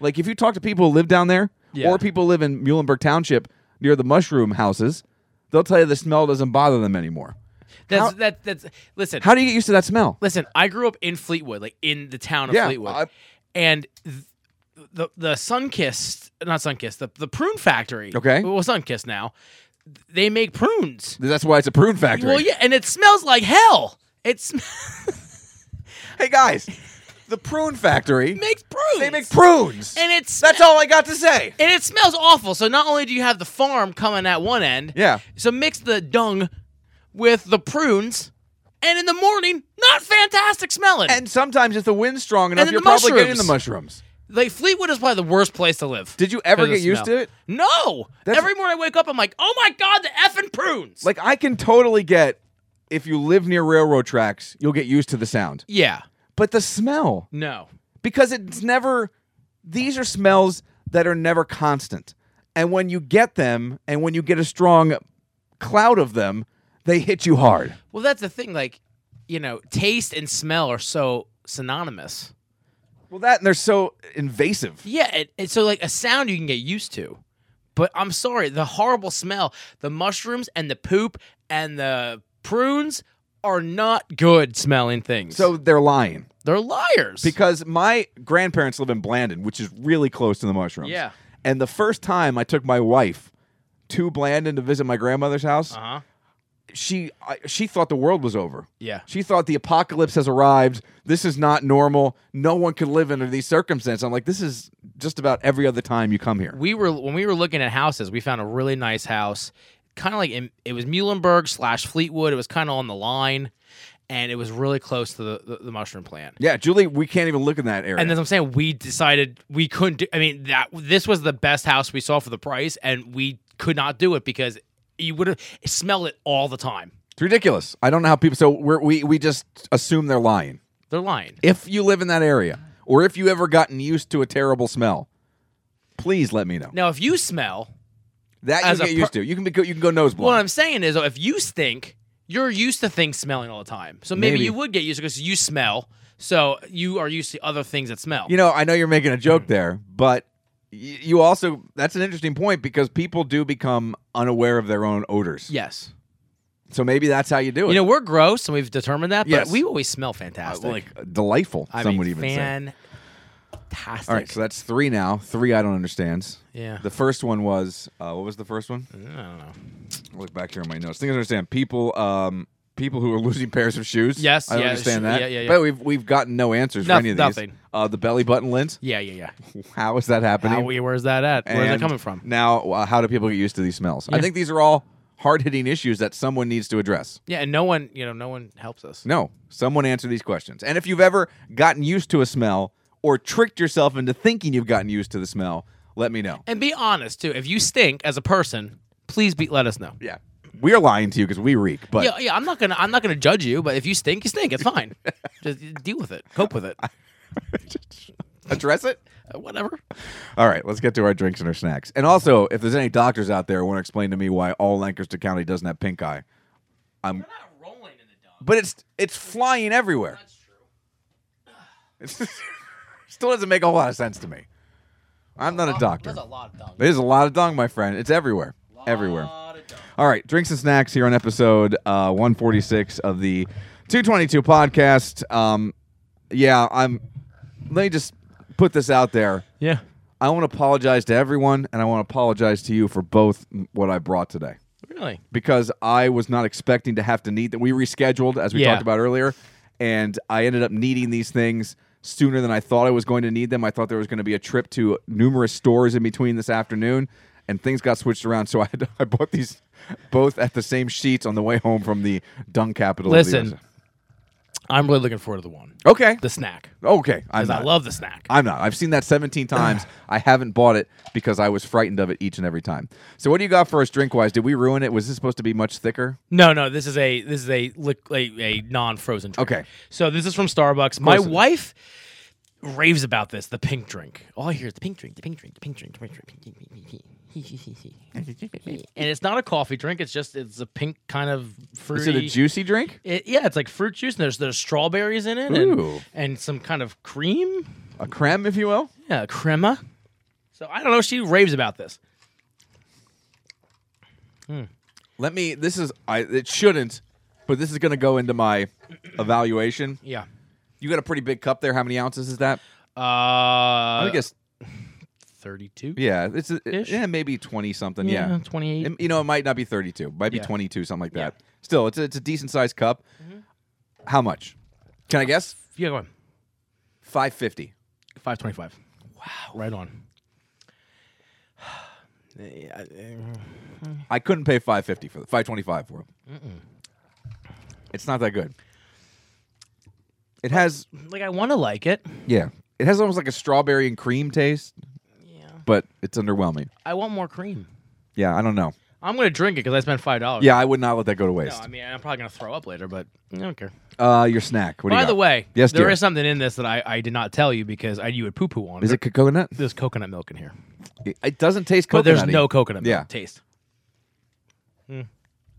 Speaker 1: Like if you talk to people who live down there
Speaker 2: Yeah.
Speaker 1: or people who live in Muhlenberg Township near the mushroom houses, they'll tell you the smell doesn't bother them anymore.
Speaker 2: That's
Speaker 1: How-
Speaker 2: that that's listen.
Speaker 1: How do you get used to that smell?
Speaker 2: listen, I grew up in Fleetwood, like in the town of
Speaker 1: Yeah,
Speaker 2: Fleetwood.
Speaker 1: I-
Speaker 2: and th- the the Sunkist, not Sunkist, the the prune factory.
Speaker 1: Okay.
Speaker 2: Well, Sunkist now. They make prunes.
Speaker 1: That's why it's a prune factory.
Speaker 2: Well, yeah, and it smells like hell. It
Speaker 1: (laughs)
Speaker 2: sm-
Speaker 1: Hey guys, the prune
Speaker 2: (laughs)
Speaker 1: factory
Speaker 2: makes prunes.
Speaker 1: they make prunes.
Speaker 2: and it's
Speaker 1: That's all I got to say.
Speaker 2: and it smells awful. So not only do you have the farm coming at one end,
Speaker 1: Yeah.
Speaker 2: So mix the dung with the prunes, and in the morning, not fantastic smelling.
Speaker 1: And sometimes if the wind's strong enough,
Speaker 2: then
Speaker 1: you're
Speaker 2: the
Speaker 1: probably getting
Speaker 2: mushrooms.
Speaker 1: the mushrooms.
Speaker 2: like Fleetwood is probably the worst place to live.
Speaker 1: Did you ever
Speaker 2: 'cause of
Speaker 1: get used
Speaker 2: smell.
Speaker 1: to it?
Speaker 2: No.
Speaker 1: That's-
Speaker 2: Every morning I wake up, I'm like, oh my god, the effing prunes.
Speaker 1: Like I can totally get if you live near railroad tracks, you'll get used to the sound.
Speaker 2: yeah,
Speaker 1: But the smell,
Speaker 2: no,
Speaker 1: because it's never these are smells that are never constant. And when you get them and when you get a strong cloud of them, they hit you hard.
Speaker 2: Well, that's the thing. Like, you know, taste and smell are so synonymous.
Speaker 1: Well that and they're so invasive.
Speaker 2: Yeah, and, and so like a sound you can get used to, but I'm sorry, the horrible smell, the mushrooms and the poop and the prunes are not good smelling things.
Speaker 1: So they're lying.
Speaker 2: they're liars.
Speaker 1: Because my grandparents live in Blandon, which is really close to the mushrooms.
Speaker 2: Yeah.
Speaker 1: And the first time I took my wife to Blandon to visit my grandmother's house,
Speaker 2: uh-huh.
Speaker 1: she I, she thought the world was over.
Speaker 2: Yeah.
Speaker 1: She thought the apocalypse has arrived. This is not normal. No one could live under these circumstances. I'm like, this is just about every other time you come here.
Speaker 2: we were when we were looking at houses, we found a really nice house, kind of like in, it was Muhlenberg slash Fleetwood. It was kind of on the line, and it was really close to the, the, the mushroom plant.
Speaker 1: Yeah, Julie, we can't even look in that area.
Speaker 2: And as I'm saying, we decided we couldn't. Do, I mean, that this was the best house we saw for the price, and we could not do it because you would have smelled it all the time.
Speaker 1: It's ridiculous. I don't know how people. So we're, we we just assume they're lying.
Speaker 2: They're lying.
Speaker 1: If you live in that area, or if you ever gotten used to a terrible smell, please let me know.
Speaker 2: Now, if you smell,
Speaker 1: that you
Speaker 2: as a
Speaker 1: get used
Speaker 2: per-
Speaker 1: to. You can be go- you can go nose
Speaker 2: what
Speaker 1: blind.
Speaker 2: I'm saying is, if you stink, you're used to things smelling all the time. So maybe,
Speaker 1: Maybe.
Speaker 2: you would get used to because you smell. So you are used to other things that smell.
Speaker 1: you know, I know you're making a joke there, but y- you also that's an interesting point because people do become unaware of their own odors.
Speaker 2: yes.
Speaker 1: So maybe that's how you do it.
Speaker 2: You know, we're gross and we've determined that, but
Speaker 1: Yes.
Speaker 2: we always smell
Speaker 1: Uh,
Speaker 2: fantastic.
Speaker 1: like delightful.
Speaker 2: I
Speaker 1: some
Speaker 2: mean,
Speaker 1: would even say.
Speaker 2: fantastic.
Speaker 1: All right, so that's three now. Three I don't understand.
Speaker 2: Yeah.
Speaker 1: The first one was uh, what was the first one?
Speaker 2: I don't know.
Speaker 1: I'll look back here on my notes. Things I understand people. Um, people who are (laughs) losing pairs of shoes.
Speaker 2: Yes,
Speaker 1: I don't
Speaker 2: yeah,
Speaker 1: understand
Speaker 2: sh-
Speaker 1: that.
Speaker 2: yeah, yeah, yeah.
Speaker 1: But we've we've gotten no answers
Speaker 2: Noth-
Speaker 1: for any of these.
Speaker 2: nothing.
Speaker 1: Uh, the belly button lint.
Speaker 2: Yeah, yeah, yeah.
Speaker 1: How is that happening?
Speaker 2: How- where's that at? Where's that
Speaker 1: And
Speaker 2: coming from?
Speaker 1: Now, uh, how do people get used to these smells? I
Speaker 2: Yeah.
Speaker 1: think these are all hard hitting issues that someone needs to address.
Speaker 2: Yeah, and no one, you know, no one helps us.
Speaker 1: No, someone answer these questions. And if you've ever gotten used to a smell or tricked yourself into thinking you've gotten used to the smell, let me know.
Speaker 2: And be honest too. If you stink as a person, please be let us know.
Speaker 1: Yeah. We're lying to you because we reek, but
Speaker 2: yeah, yeah. I'm not gonna, I'm not gonna judge you. But if you stink, you stink.
Speaker 1: (laughs)
Speaker 2: It's fine. Just deal with it. Cope with it.
Speaker 1: address it.
Speaker 2: Uh, Whatever.
Speaker 1: All right, let's get to our drinks and our snacks. And also, if there's any doctors out there who want to explain to me why all Lancaster County doesn't have pink eye, I'm. But it's it's flying everywhere. That's true. (laughs) still doesn't make a whole lot of sense to me. I'm not a doctor.
Speaker 2: lot of dung.
Speaker 1: There's a lot of dung, my friend. It's everywhere. Everywhere. All right, drinks and snacks here on episode uh, 146 of the 222 podcast. Um, yeah, I'm. Let me just put this out there.
Speaker 2: Yeah.
Speaker 1: I want to apologize to everyone, and I want to apologize to you for both m- what I brought today
Speaker 2: Really.
Speaker 1: because I was not expecting to have to need that. We rescheduled, as we
Speaker 2: Yeah.
Speaker 1: talked about earlier, and I ended up needing these things sooner than I thought I was going to need them. I thought there was going to be a trip to numerous stores in between this afternoon, and things got switched around. So (laughs) I, had to- I bought these both at the same sheets on the way home from the dung capital. of the
Speaker 2: Listen.
Speaker 1: USA.
Speaker 2: I'm really looking forward to the one.
Speaker 1: okay,
Speaker 2: The snack.
Speaker 1: okay, I'm
Speaker 2: Because I
Speaker 1: not.
Speaker 2: love the snack.
Speaker 1: I'm not. I've seen that
Speaker 2: (laughs)
Speaker 1: 17 times. I haven't bought it because I was frightened of it each and every time. So what do you got for us drink wise? Did we ruin it? Was this supposed to be much thicker?
Speaker 2: No, no, this is a this is a li- a, a non-frozen drink.
Speaker 1: Okay.
Speaker 2: So this is from Starbucks. My
Speaker 1: it is.
Speaker 2: wife raves about this, the pink drink. All I hear is the pink drink, the pink drink, the pink drink, the pink drink, pink drink, pink drink, pink drink, pink drink. and it's not a coffee drink. It's just it's a pink kind of fruity.
Speaker 1: Is it a juicy drink?
Speaker 2: It- yeah, it's like fruit juice. And there's there's strawberries in it
Speaker 1: Ooh.
Speaker 2: and and some kind of cream.
Speaker 1: A creme, if you will?
Speaker 2: Yeah, crema. So I don't know. She raves about this.
Speaker 1: Let me this is I it shouldn't, but this is gonna go into my evaluation.
Speaker 2: Yeah.
Speaker 1: You got a pretty big cup there. How many ounces is that? I
Speaker 2: Uh,
Speaker 1: guess
Speaker 2: thirty-two.
Speaker 1: yeah, it's a,
Speaker 2: Ish?
Speaker 1: yeah, maybe twenty something. Yeah.
Speaker 2: Yeah, 28.
Speaker 1: It- you know, it might not be thirty two, might be
Speaker 2: Yeah.
Speaker 1: twenty two, something like
Speaker 2: Yeah. Mm-hmm.
Speaker 1: that. Still, it's a, it's a decent sized cup. How much? Can I guess?
Speaker 2: Yeah, go on.
Speaker 1: Five fifty.
Speaker 2: Five twenty-five. Wow. Right on.
Speaker 1: I couldn't pay five fifty for the five twenty five for it. It's not that good. It has
Speaker 2: Like I want to like it.
Speaker 1: yeah. It has almost like a strawberry and cream taste,
Speaker 2: Yeah.
Speaker 1: but it's underwhelming.
Speaker 2: I want more cream.
Speaker 1: Yeah, I don't know.
Speaker 2: I'm gonna drink it because I spent five dollars.
Speaker 1: Yeah, I would not let that go to
Speaker 2: No,
Speaker 1: waste.
Speaker 2: I mean I'm probably gonna throw up later, but I don't care.
Speaker 1: Uh, your snack. What do
Speaker 2: By
Speaker 1: you
Speaker 2: the
Speaker 1: got?
Speaker 2: way,
Speaker 1: yes,
Speaker 2: there
Speaker 1: dear.
Speaker 2: is something in this that I, I did not tell you because I you would poo poo on.
Speaker 1: Is
Speaker 2: There-
Speaker 1: it co- coconut?
Speaker 2: There's coconut milk in here,
Speaker 1: It- It doesn't taste coconut.
Speaker 2: but there's no coconut milk
Speaker 1: Yeah.
Speaker 2: taste.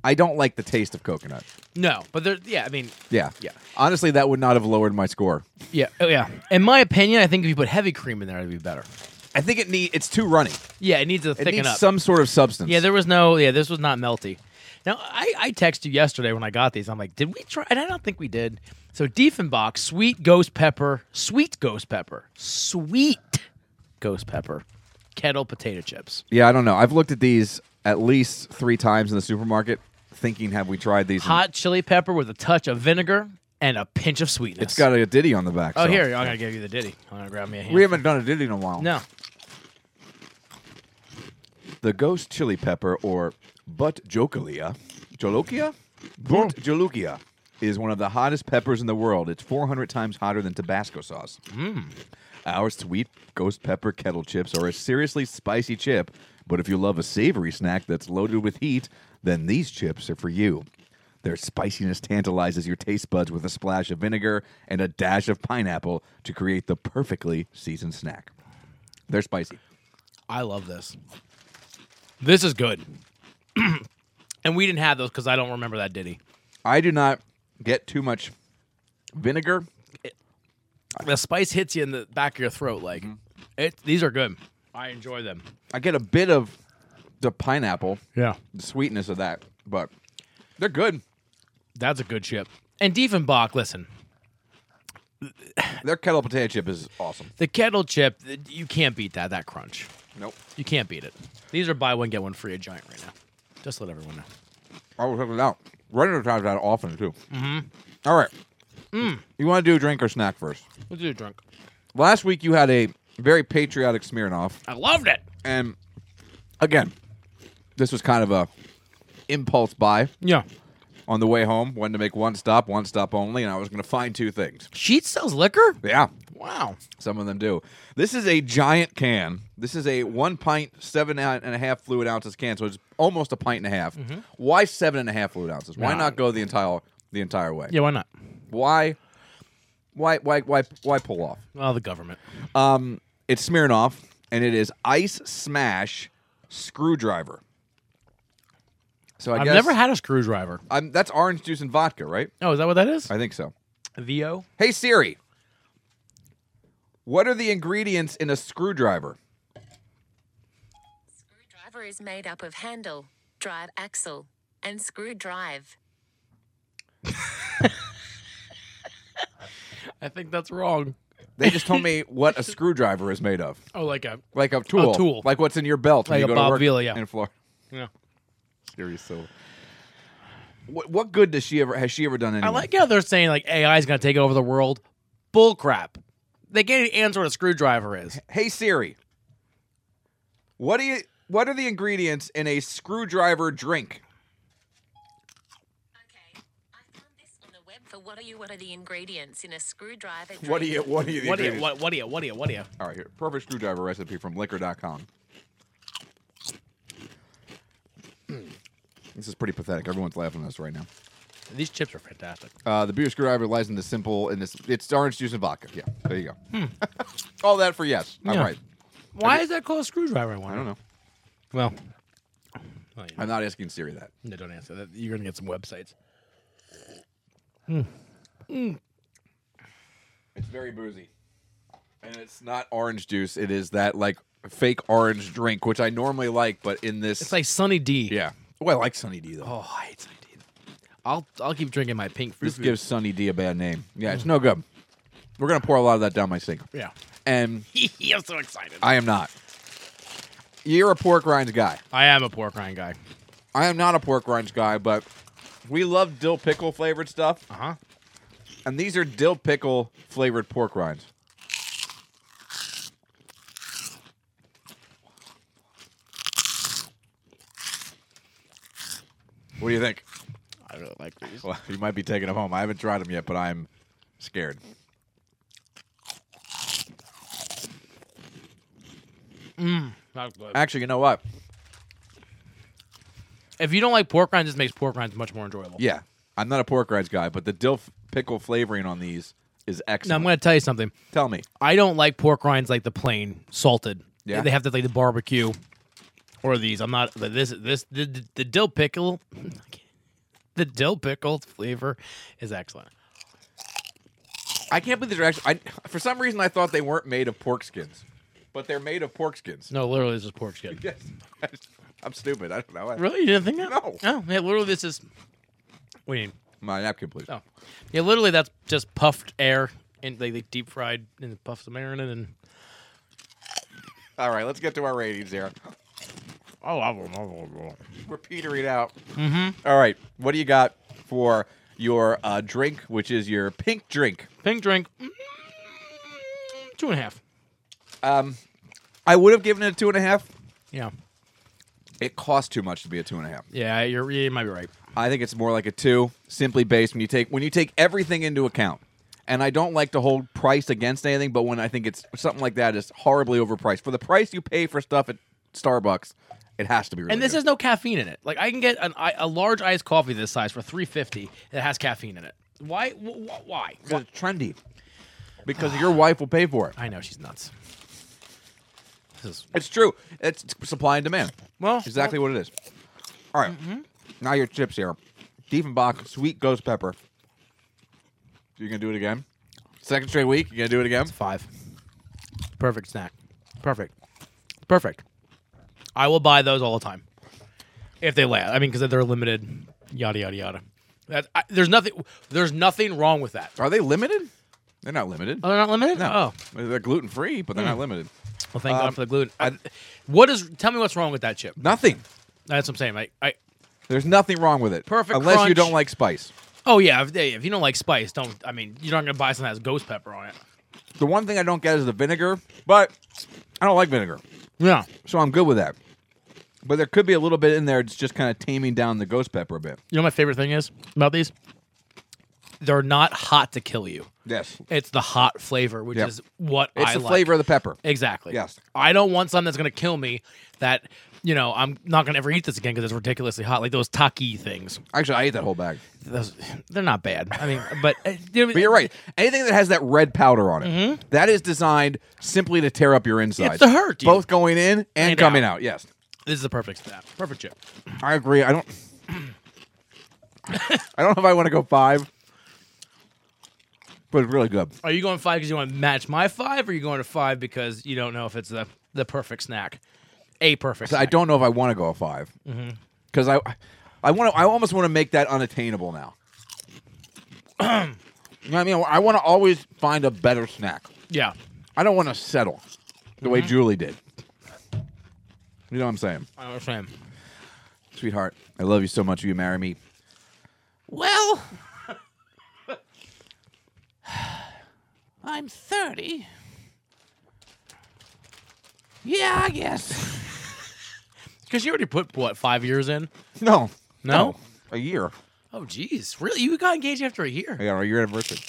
Speaker 1: I don't like the taste of coconut.
Speaker 2: No, but there. Yeah, I mean,
Speaker 1: Yeah.
Speaker 2: Yeah.
Speaker 1: Honestly, that would not have lowered my score.
Speaker 2: yeah, oh, yeah. In my opinion, I think if you put heavy cream in there, it'd be better.
Speaker 1: I think it need it's too runny.
Speaker 2: Yeah, it needs to
Speaker 1: It
Speaker 2: thicken
Speaker 1: needs
Speaker 2: up.
Speaker 1: some sort of substance.
Speaker 2: Yeah, there was no. Yeah, this was not melty. Now I, I texted you yesterday when I got these. I'm like, did we try? And I don't think we did. So Diefenbach, sweet ghost pepper, sweet ghost pepper, sweet ghost pepper, kettle potato chips.
Speaker 1: yeah, I don't know. I've looked at these at least three times in the supermarket, thinking, "Have we tried these?" And
Speaker 2: Hot chili pepper with a touch of vinegar and a pinch of sweetness.
Speaker 1: It's got a ditty on the back.
Speaker 2: Oh,
Speaker 1: so-
Speaker 2: here I'm gonna give you the ditty. I'm gonna grab me a hand.
Speaker 1: We haven't done a ditty in a while.
Speaker 2: no,
Speaker 1: The ghost chili pepper, or butt jolokia, jolokia, butt jolokia, is one of the hottest peppers in the world. It's 400 times hotter than Tabasco sauce. Our sweet ghost pepper kettle chips are a seriously spicy chip, but if you love a savory snack that's loaded with heat, then these chips are for you. Their spiciness tantalizes your taste buds with a splash of vinegar and a dash of pineapple to create the perfectly seasoned snack. They're spicy.
Speaker 2: I love this. This is good. (clears throat) and we didn't have those because I don't remember that ditty.
Speaker 1: I do not get too much vinegar.
Speaker 2: The spice hits you in the back of your throat. Like, it, these are good. Mm-hmm. I enjoy them.
Speaker 1: I get a bit of the pineapple,
Speaker 2: Yeah.
Speaker 1: the sweetness of that, but they're good.
Speaker 2: That's a good chip. And Diefenbach, listen,
Speaker 1: Their kettle potato chip is awesome.
Speaker 2: the kettle chip, th- you can't beat that, that crunch.
Speaker 1: Nope.
Speaker 2: You can't beat it. These are buy one, get one free at Giant right now. Just let everyone know.
Speaker 1: I was hooking it out. Renner tries that often too. Mm-hmm. Mm. All right. You want to do a drink or snack first?
Speaker 2: Let's do a drunk.
Speaker 1: Last week you had a very patriotic Smirnoff,
Speaker 2: I loved it.
Speaker 1: and again, this was kind of a impulse buy
Speaker 2: Yeah.
Speaker 1: on the way home. When to make one stop, one stop only, and I was going to find two things.
Speaker 2: Sheets sells liquor?
Speaker 1: Yeah,
Speaker 2: Wow.
Speaker 1: some of them do. This is a giant can. This is a one pint, seven and a half fluid ounces can, so it's almost a pint and a half. Why seven and a half fluid ounces? Why
Speaker 2: Mm-hmm. Nah.
Speaker 1: not go the entire the entire way?
Speaker 2: Yeah, why not?
Speaker 1: Why, why, why, why, why pull off?
Speaker 2: Well, the government.
Speaker 1: Um, it's Smirnoff, and it is Ice Smash Screwdriver. So I
Speaker 2: I've
Speaker 1: guess
Speaker 2: never had a screwdriver.
Speaker 1: I'm, that's orange juice and vodka, right?
Speaker 2: Oh, is that what that is?
Speaker 1: I think so.
Speaker 2: VO?
Speaker 1: Hey Siri, what are the ingredients in a screwdriver?
Speaker 7: Screwdriver is made up of handle, drive axle, and screw drive.
Speaker 2: I think that's wrong.
Speaker 1: They just told
Speaker 2: (laughs)
Speaker 1: me what a screwdriver is made of,
Speaker 2: Oh, like a.
Speaker 1: like a tool,
Speaker 2: tool.
Speaker 1: like what's in your belt when
Speaker 2: Like
Speaker 1: you go
Speaker 2: a Bob
Speaker 1: to work
Speaker 2: Vila, yeah.
Speaker 1: in Florida.
Speaker 2: Yeah.
Speaker 1: Siri, so what, what good does she ever has she ever done
Speaker 2: I
Speaker 1: anything?
Speaker 2: like how they're saying like AI is going to take over the world. Bull crap. They can't even answer what a screwdriver
Speaker 1: (laughs)
Speaker 2: is.
Speaker 1: Hey Siri, what do you? What are the ingredients in a screwdriver drink?
Speaker 7: Okay, I found this on the web for what are you? What are the ingredients in a screwdriver?
Speaker 1: What do you? What do you?
Speaker 2: What do you? What, what do you? What do you? What do you?
Speaker 1: All right, here. Perfect screwdriver recipe from liquor.com. (clears throat) This is pretty pathetic. Everyone's laughing at us right now.
Speaker 2: These chips are fantastic.
Speaker 1: Uh, the beer screwdriver lies in the simple, and it's, it's orange juice and vodka. Yeah, there you go. (laughs) All that for yes. I'm
Speaker 2: Yeah.
Speaker 1: right.
Speaker 2: Why is that called a screwdriver?
Speaker 1: I don't know.
Speaker 2: Well,
Speaker 1: I'm not asking Siri that.
Speaker 2: no, don't answer that. You're gonna get some websites.
Speaker 1: It's very boozy. And it's not orange juice. It is that like fake orange drink, which I normally like, but in this
Speaker 2: It's like Sunny D.
Speaker 1: Yeah. Well, I like Sunny D though.
Speaker 2: Oh, I hate Sunny D. I'll I'll keep drinking my pink fruit.
Speaker 1: this
Speaker 2: food.
Speaker 1: gives Sunny D a bad name. Yeah, it's no good. We're gonna pour a lot of that down my sink.
Speaker 2: Yeah.
Speaker 1: And
Speaker 2: (laughs) I'm so excited. I,
Speaker 1: I am not. You're a pork rinds guy.
Speaker 2: am a pork rind guy.
Speaker 1: I am not a pork rinds guy, but we love dill pickle flavored stuff.
Speaker 2: Uh huh.
Speaker 1: And these are dill pickle flavored pork rinds. What do you think?
Speaker 2: I really like these.
Speaker 1: Well, (laughs) you might be taking them home. I haven't tried them yet, but I'm scared.
Speaker 2: Not good.
Speaker 1: Actually, you know what?
Speaker 2: If you don't like pork rinds, this makes pork rinds much more enjoyable.
Speaker 1: Yeah, I'm not a pork rinds guy, but the dill f- pickle flavoring on these is
Speaker 2: Now
Speaker 1: excellent.
Speaker 2: I'm gonna tell you something.
Speaker 1: Tell me,
Speaker 2: I don't like pork rinds like the plain salted.
Speaker 1: Yeah.
Speaker 2: They have to like the barbecue or these. I'm not like, this this the, the, the dill pickle (laughs) the dill pickle flavor is excellent.
Speaker 1: I can't believe these are actually. I, for some reason, I thought they weren't made of pork skins, but they're made of pork skins.
Speaker 2: No, literally this is pork skin.
Speaker 1: Yes, (laughs) I'm stupid. I don't know. I-
Speaker 2: Really? You didn't think that?
Speaker 1: No.
Speaker 2: No, yeah, literally this is what do you mean?
Speaker 1: My napkin, please.
Speaker 2: Oh. Yeah, literally that's just puffed air and they, they deep fried and puff some air in it and
Speaker 1: All right, let's get to our ratings here. (laughs)
Speaker 2: oh I will, I will, I will.
Speaker 1: We're petering out. Mm-hmm. right, what do you got for your uh, drink, which is your pink drink?
Speaker 2: Pink drink mm, two and a half.
Speaker 1: I would have given it a two and a half.
Speaker 2: Yeah.
Speaker 1: It costs too much to be a two and a half.
Speaker 2: Yeah, you're you might be right.
Speaker 1: I think it's more like a two, simply based when you take when you take everything into account. And I don't like to hold price against anything, but when I think it's something like that is horribly overpriced for the price you pay for stuff at Starbucks, It has to be. Really
Speaker 2: and this
Speaker 1: good.
Speaker 2: has no caffeine in it. Like I can get an, I- a large iced coffee this size for three fifty that has caffeine in it. Why? Wh- wh- why?
Speaker 1: Because it's trendy. Because your wife will pay for it.
Speaker 2: I know she's nuts. This is
Speaker 1: It's true. It's supply and demand.
Speaker 2: well Mm-hmm.
Speaker 1: Exactly what it is. All right. Now your chips here. Diefenbach sweet ghost pepper. You gonna do it again? Second straight week. You gonna do it again?
Speaker 2: five. Perfect snack. Perfect. Perfect. I will buy those all the time if they last. I mean, because they're limited. Yada yada yada. That I, there's nothing. There's nothing wrong with that.
Speaker 1: Are they limited? They're not limited.
Speaker 2: Oh, they're not limited.
Speaker 1: no.
Speaker 2: Oh,
Speaker 1: They're gluten free, but
Speaker 2: Hmm.
Speaker 1: they're not limited.
Speaker 2: well, thank
Speaker 1: Um,
Speaker 2: God for the gluten. I, what is? Tell me what's wrong with that chip.
Speaker 1: Nothing.
Speaker 2: That's what I'm saying. I, I
Speaker 1: There's nothing wrong with it.
Speaker 2: Perfect
Speaker 1: Unless you
Speaker 2: crunch.
Speaker 1: don't like spice.
Speaker 2: Oh yeah, if, they, if you don't like spice, don't. I mean, you're not gonna buy something that has ghost pepper on it.
Speaker 1: The one thing I don't get is the vinegar, but I don't like vinegar,
Speaker 2: Yeah,
Speaker 1: so I'm good with that. But there could be a little bit in there. It's just kind of taming down the ghost pepper a bit.
Speaker 2: you know what my favorite thing is about these? They're not hot to kill you.
Speaker 1: Yes,
Speaker 2: It's the hot flavor, which
Speaker 1: Yep.
Speaker 2: is what
Speaker 1: it's
Speaker 2: I
Speaker 1: the
Speaker 2: like.
Speaker 1: flavor of the pepper.
Speaker 2: Exactly.
Speaker 1: Yes.
Speaker 2: I don't want something that's gonna kill me. That you know, I'm not gonna ever eat this again because it's ridiculously hot. Like those taki things.
Speaker 1: Actually, I ate that whole bag.
Speaker 2: Those, they're not bad. I mean, but uh, you know,
Speaker 1: But you're right. Anything that has that red powder on it, that is designed simply to tear up your insides.
Speaker 2: to Mm-hmm. hurt you.
Speaker 1: Both going in and,
Speaker 2: And
Speaker 1: coming out.
Speaker 2: out.
Speaker 1: Yes,
Speaker 2: This is the perfect snap. Perfect chip.
Speaker 1: I agree. I don't. I don't know if I want to go five, but it's really good.
Speaker 2: Are you going five because you want to match my five, or are you going to five because you don't know if it's the the perfect snack, a perfect?
Speaker 1: I
Speaker 2: snack?
Speaker 1: don't know if I want to go a five
Speaker 2: Mm-hmm.
Speaker 1: because I, I want to. I almost want to make that unattainable now. you know what I mean, I want to always find a better snack.
Speaker 2: Yeah,
Speaker 1: I don't want to settle the
Speaker 2: Mm-hmm.
Speaker 1: way Julie did. You know what I'm saying,
Speaker 2: I know what you're saying.
Speaker 1: sweetheart? I love you so much. Will you marry me?
Speaker 2: Well,
Speaker 1: (laughs)
Speaker 2: I'm thirty. Yeah, I guess. Because you already put what five years in?
Speaker 1: No,
Speaker 2: No?
Speaker 1: a year.
Speaker 2: Oh, jeez, really? You got engaged after a year?
Speaker 1: Yeah, our year anniversary.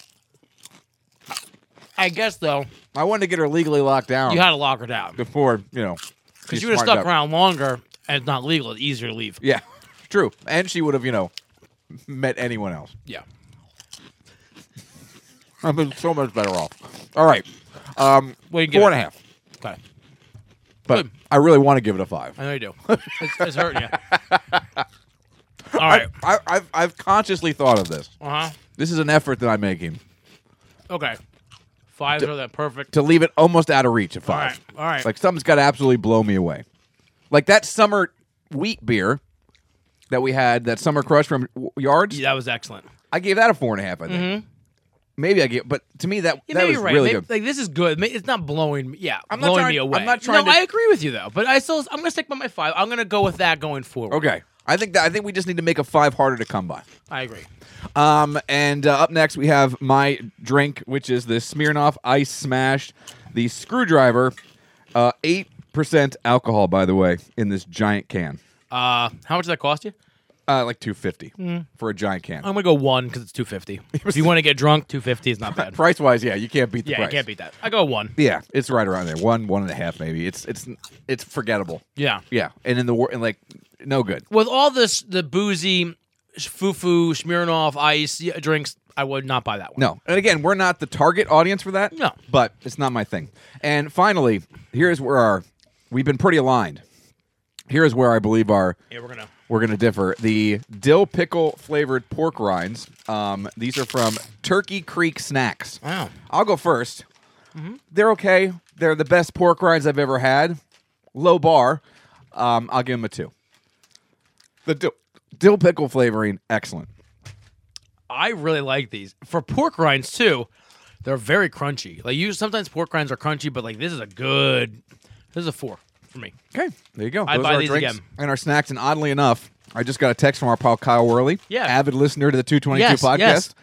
Speaker 2: I guess though.
Speaker 1: I wanted to get her legally locked down
Speaker 2: You had to lock her down
Speaker 1: before you know
Speaker 2: because
Speaker 1: she
Speaker 2: you would have
Speaker 1: smartened up.
Speaker 2: stuck around longer, and it's not legal. It's easier to leave.
Speaker 1: Yeah, (laughs) true. And she would have you know met anyone else.
Speaker 2: Yeah.
Speaker 1: I've been so much better off. All right, um,
Speaker 2: Well, you can get
Speaker 1: four
Speaker 2: it.
Speaker 1: and a half.
Speaker 2: Okay.
Speaker 1: but
Speaker 2: Good.
Speaker 1: I really want to give it a five.
Speaker 2: I know
Speaker 1: (laughs)
Speaker 2: you do. It's, it's hurting you. All right.
Speaker 1: I, I've I've consciously thought of this.
Speaker 2: Uh huh.
Speaker 1: This is an effort that I'm making
Speaker 2: Okay. Fives are that perfect.
Speaker 1: to leave it almost out of reach at five.
Speaker 2: right, all right.
Speaker 1: Like something's got to absolutely blow me away. Like that summer wheat beer that we had, that summer crush from W- Yards.
Speaker 2: Yeah, that was excellent.
Speaker 1: I gave that a four and a half. I think. Maybe I give, but to me that
Speaker 2: Mm-hmm. Yeah,
Speaker 1: that
Speaker 2: maybe
Speaker 1: was
Speaker 2: you're right.
Speaker 1: really
Speaker 2: Maybe-
Speaker 1: good.
Speaker 2: Like this is good. Ma- It's not blowing. me- Yeah,
Speaker 1: I'm not
Speaker 2: blowing
Speaker 1: trying-
Speaker 2: me away.
Speaker 1: I'm not trying
Speaker 2: No,
Speaker 1: to-
Speaker 2: I agree with you though. But I still, I'm gonna stick by my five. I'm gonna go with that going forward.
Speaker 1: Okay, I think that I think we just need to make a five harder to come by.
Speaker 2: I agree.
Speaker 1: Um, and uh, up next we have my drink, which is the Smirnoff Ice Smash, the screwdriver, uh, eight percent alcohol, by the way, in this giant can,
Speaker 2: Uh, how much does that cost you?
Speaker 1: uh, like two fifty
Speaker 2: Mm.
Speaker 1: for a giant can.
Speaker 2: I'm gonna go one because it's
Speaker 1: (laughs)
Speaker 2: two fifty. if you want to get drunk, two fifty is not bad.
Speaker 1: price wise, yeah, you can't beat the
Speaker 2: yeah,
Speaker 1: price.
Speaker 2: I can't beat that. I go one.
Speaker 1: Yeah, it's right around there, one, one and a half, maybe. It's it's it's forgettable.
Speaker 2: Yeah.
Speaker 1: Yeah, and in the war, and like no good.
Speaker 2: With all this, the boozy, sh- foo-foo, Smirnoff ice yeah, drinks, I would not buy that one.
Speaker 1: No. And again, we're not the target audience for that.
Speaker 2: No.
Speaker 1: But it's not my thing. And finally, here's where our we've been pretty aligned. Here's where I believe our
Speaker 2: Yeah, we're gonna.
Speaker 1: we're gonna differ. The dill pickle flavored pork rinds. Um, these are from Turkey Creek Snacks.
Speaker 2: Wow. Mm-hmm.
Speaker 1: I'll go 1st they They're okay. They're the best pork rinds I've ever had. Low bar. Um, I'll give them a two. The dill, dill pickle flavoring, excellent.
Speaker 2: I really like these for pork rinds too. They're very crunchy. Like you, sometimes pork rinds are crunchy, but like this is a good. This is a four for me.
Speaker 1: Okay, there you go.
Speaker 2: I'd
Speaker 1: Those
Speaker 2: buy
Speaker 1: are our
Speaker 2: these
Speaker 1: drinks
Speaker 2: again.
Speaker 1: and our snacks. And oddly enough, I just got a text from our pal Kyle Worley,
Speaker 2: Yeah.
Speaker 1: avid listener to the 222
Speaker 2: Yes,
Speaker 1: podcast.
Speaker 2: yes. Mm-hmm.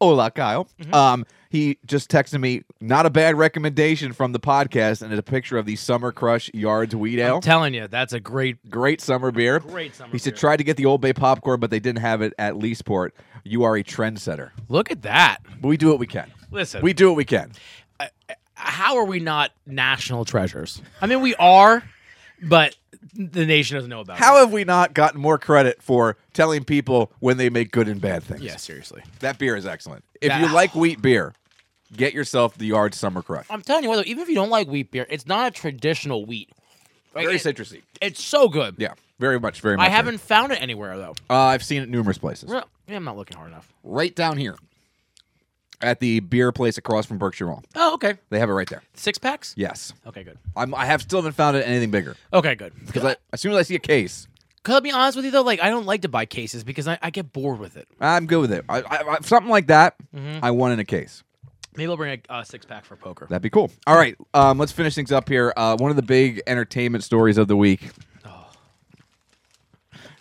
Speaker 1: Hola, Kyle. Um, he just texted me, not a bad recommendation from the podcast, and it's a picture of the Summer Crush Yards Wheat Ale.
Speaker 2: I'm telling you, that's a great.
Speaker 1: Great summer beer.
Speaker 2: Great summer
Speaker 1: He said,
Speaker 2: beer.
Speaker 1: tried to get the Old Bay popcorn, but they didn't have it at Leesport. You are a trendsetter.
Speaker 2: Look at that.
Speaker 1: But we do what we can.
Speaker 2: Listen.
Speaker 1: We do what we can.
Speaker 2: How are we not national treasures? I mean, we are, but the nation doesn't know about
Speaker 1: How
Speaker 2: it.
Speaker 1: have we not gotten more credit for telling people when they make good and bad things?
Speaker 2: Yeah, seriously.
Speaker 1: That beer is excellent. If
Speaker 2: That-
Speaker 1: you
Speaker 2: (sighs)
Speaker 1: like wheat beer, get yourself the Yard Summer Crush.
Speaker 2: I'm telling you what, though, even if you don't like wheat beer, it's not a traditional wheat. Like,
Speaker 1: Very
Speaker 2: it-
Speaker 1: citrusy.
Speaker 2: It's so good.
Speaker 1: Yeah, very much, very much.
Speaker 2: I
Speaker 1: so.
Speaker 2: haven't found it anywhere though.
Speaker 1: Uh, I've seen it numerous places.
Speaker 2: Well, yeah, I'm not looking hard enough.
Speaker 1: Right down here at the beer place across from Berkshire Mall.
Speaker 2: Oh, okay.
Speaker 1: They have it right there.
Speaker 2: Six packs.
Speaker 1: Yes.
Speaker 2: Okay, good.
Speaker 1: I'm, I have still haven't found it anything bigger.
Speaker 2: Okay, good.
Speaker 1: Because I, as soon as I see a case,
Speaker 2: Cause I'll be honest with you though, like I don't like to buy cases because I, I get bored with it.
Speaker 1: I'm good with it. I, I, I, something like that,
Speaker 2: Mm-hmm.
Speaker 1: I want in a case.
Speaker 2: Maybe I'll bring a uh, six pack for poker.
Speaker 1: That'd be cool. All right, um, let's finish things up here. Uh, one of the big entertainment stories of the week.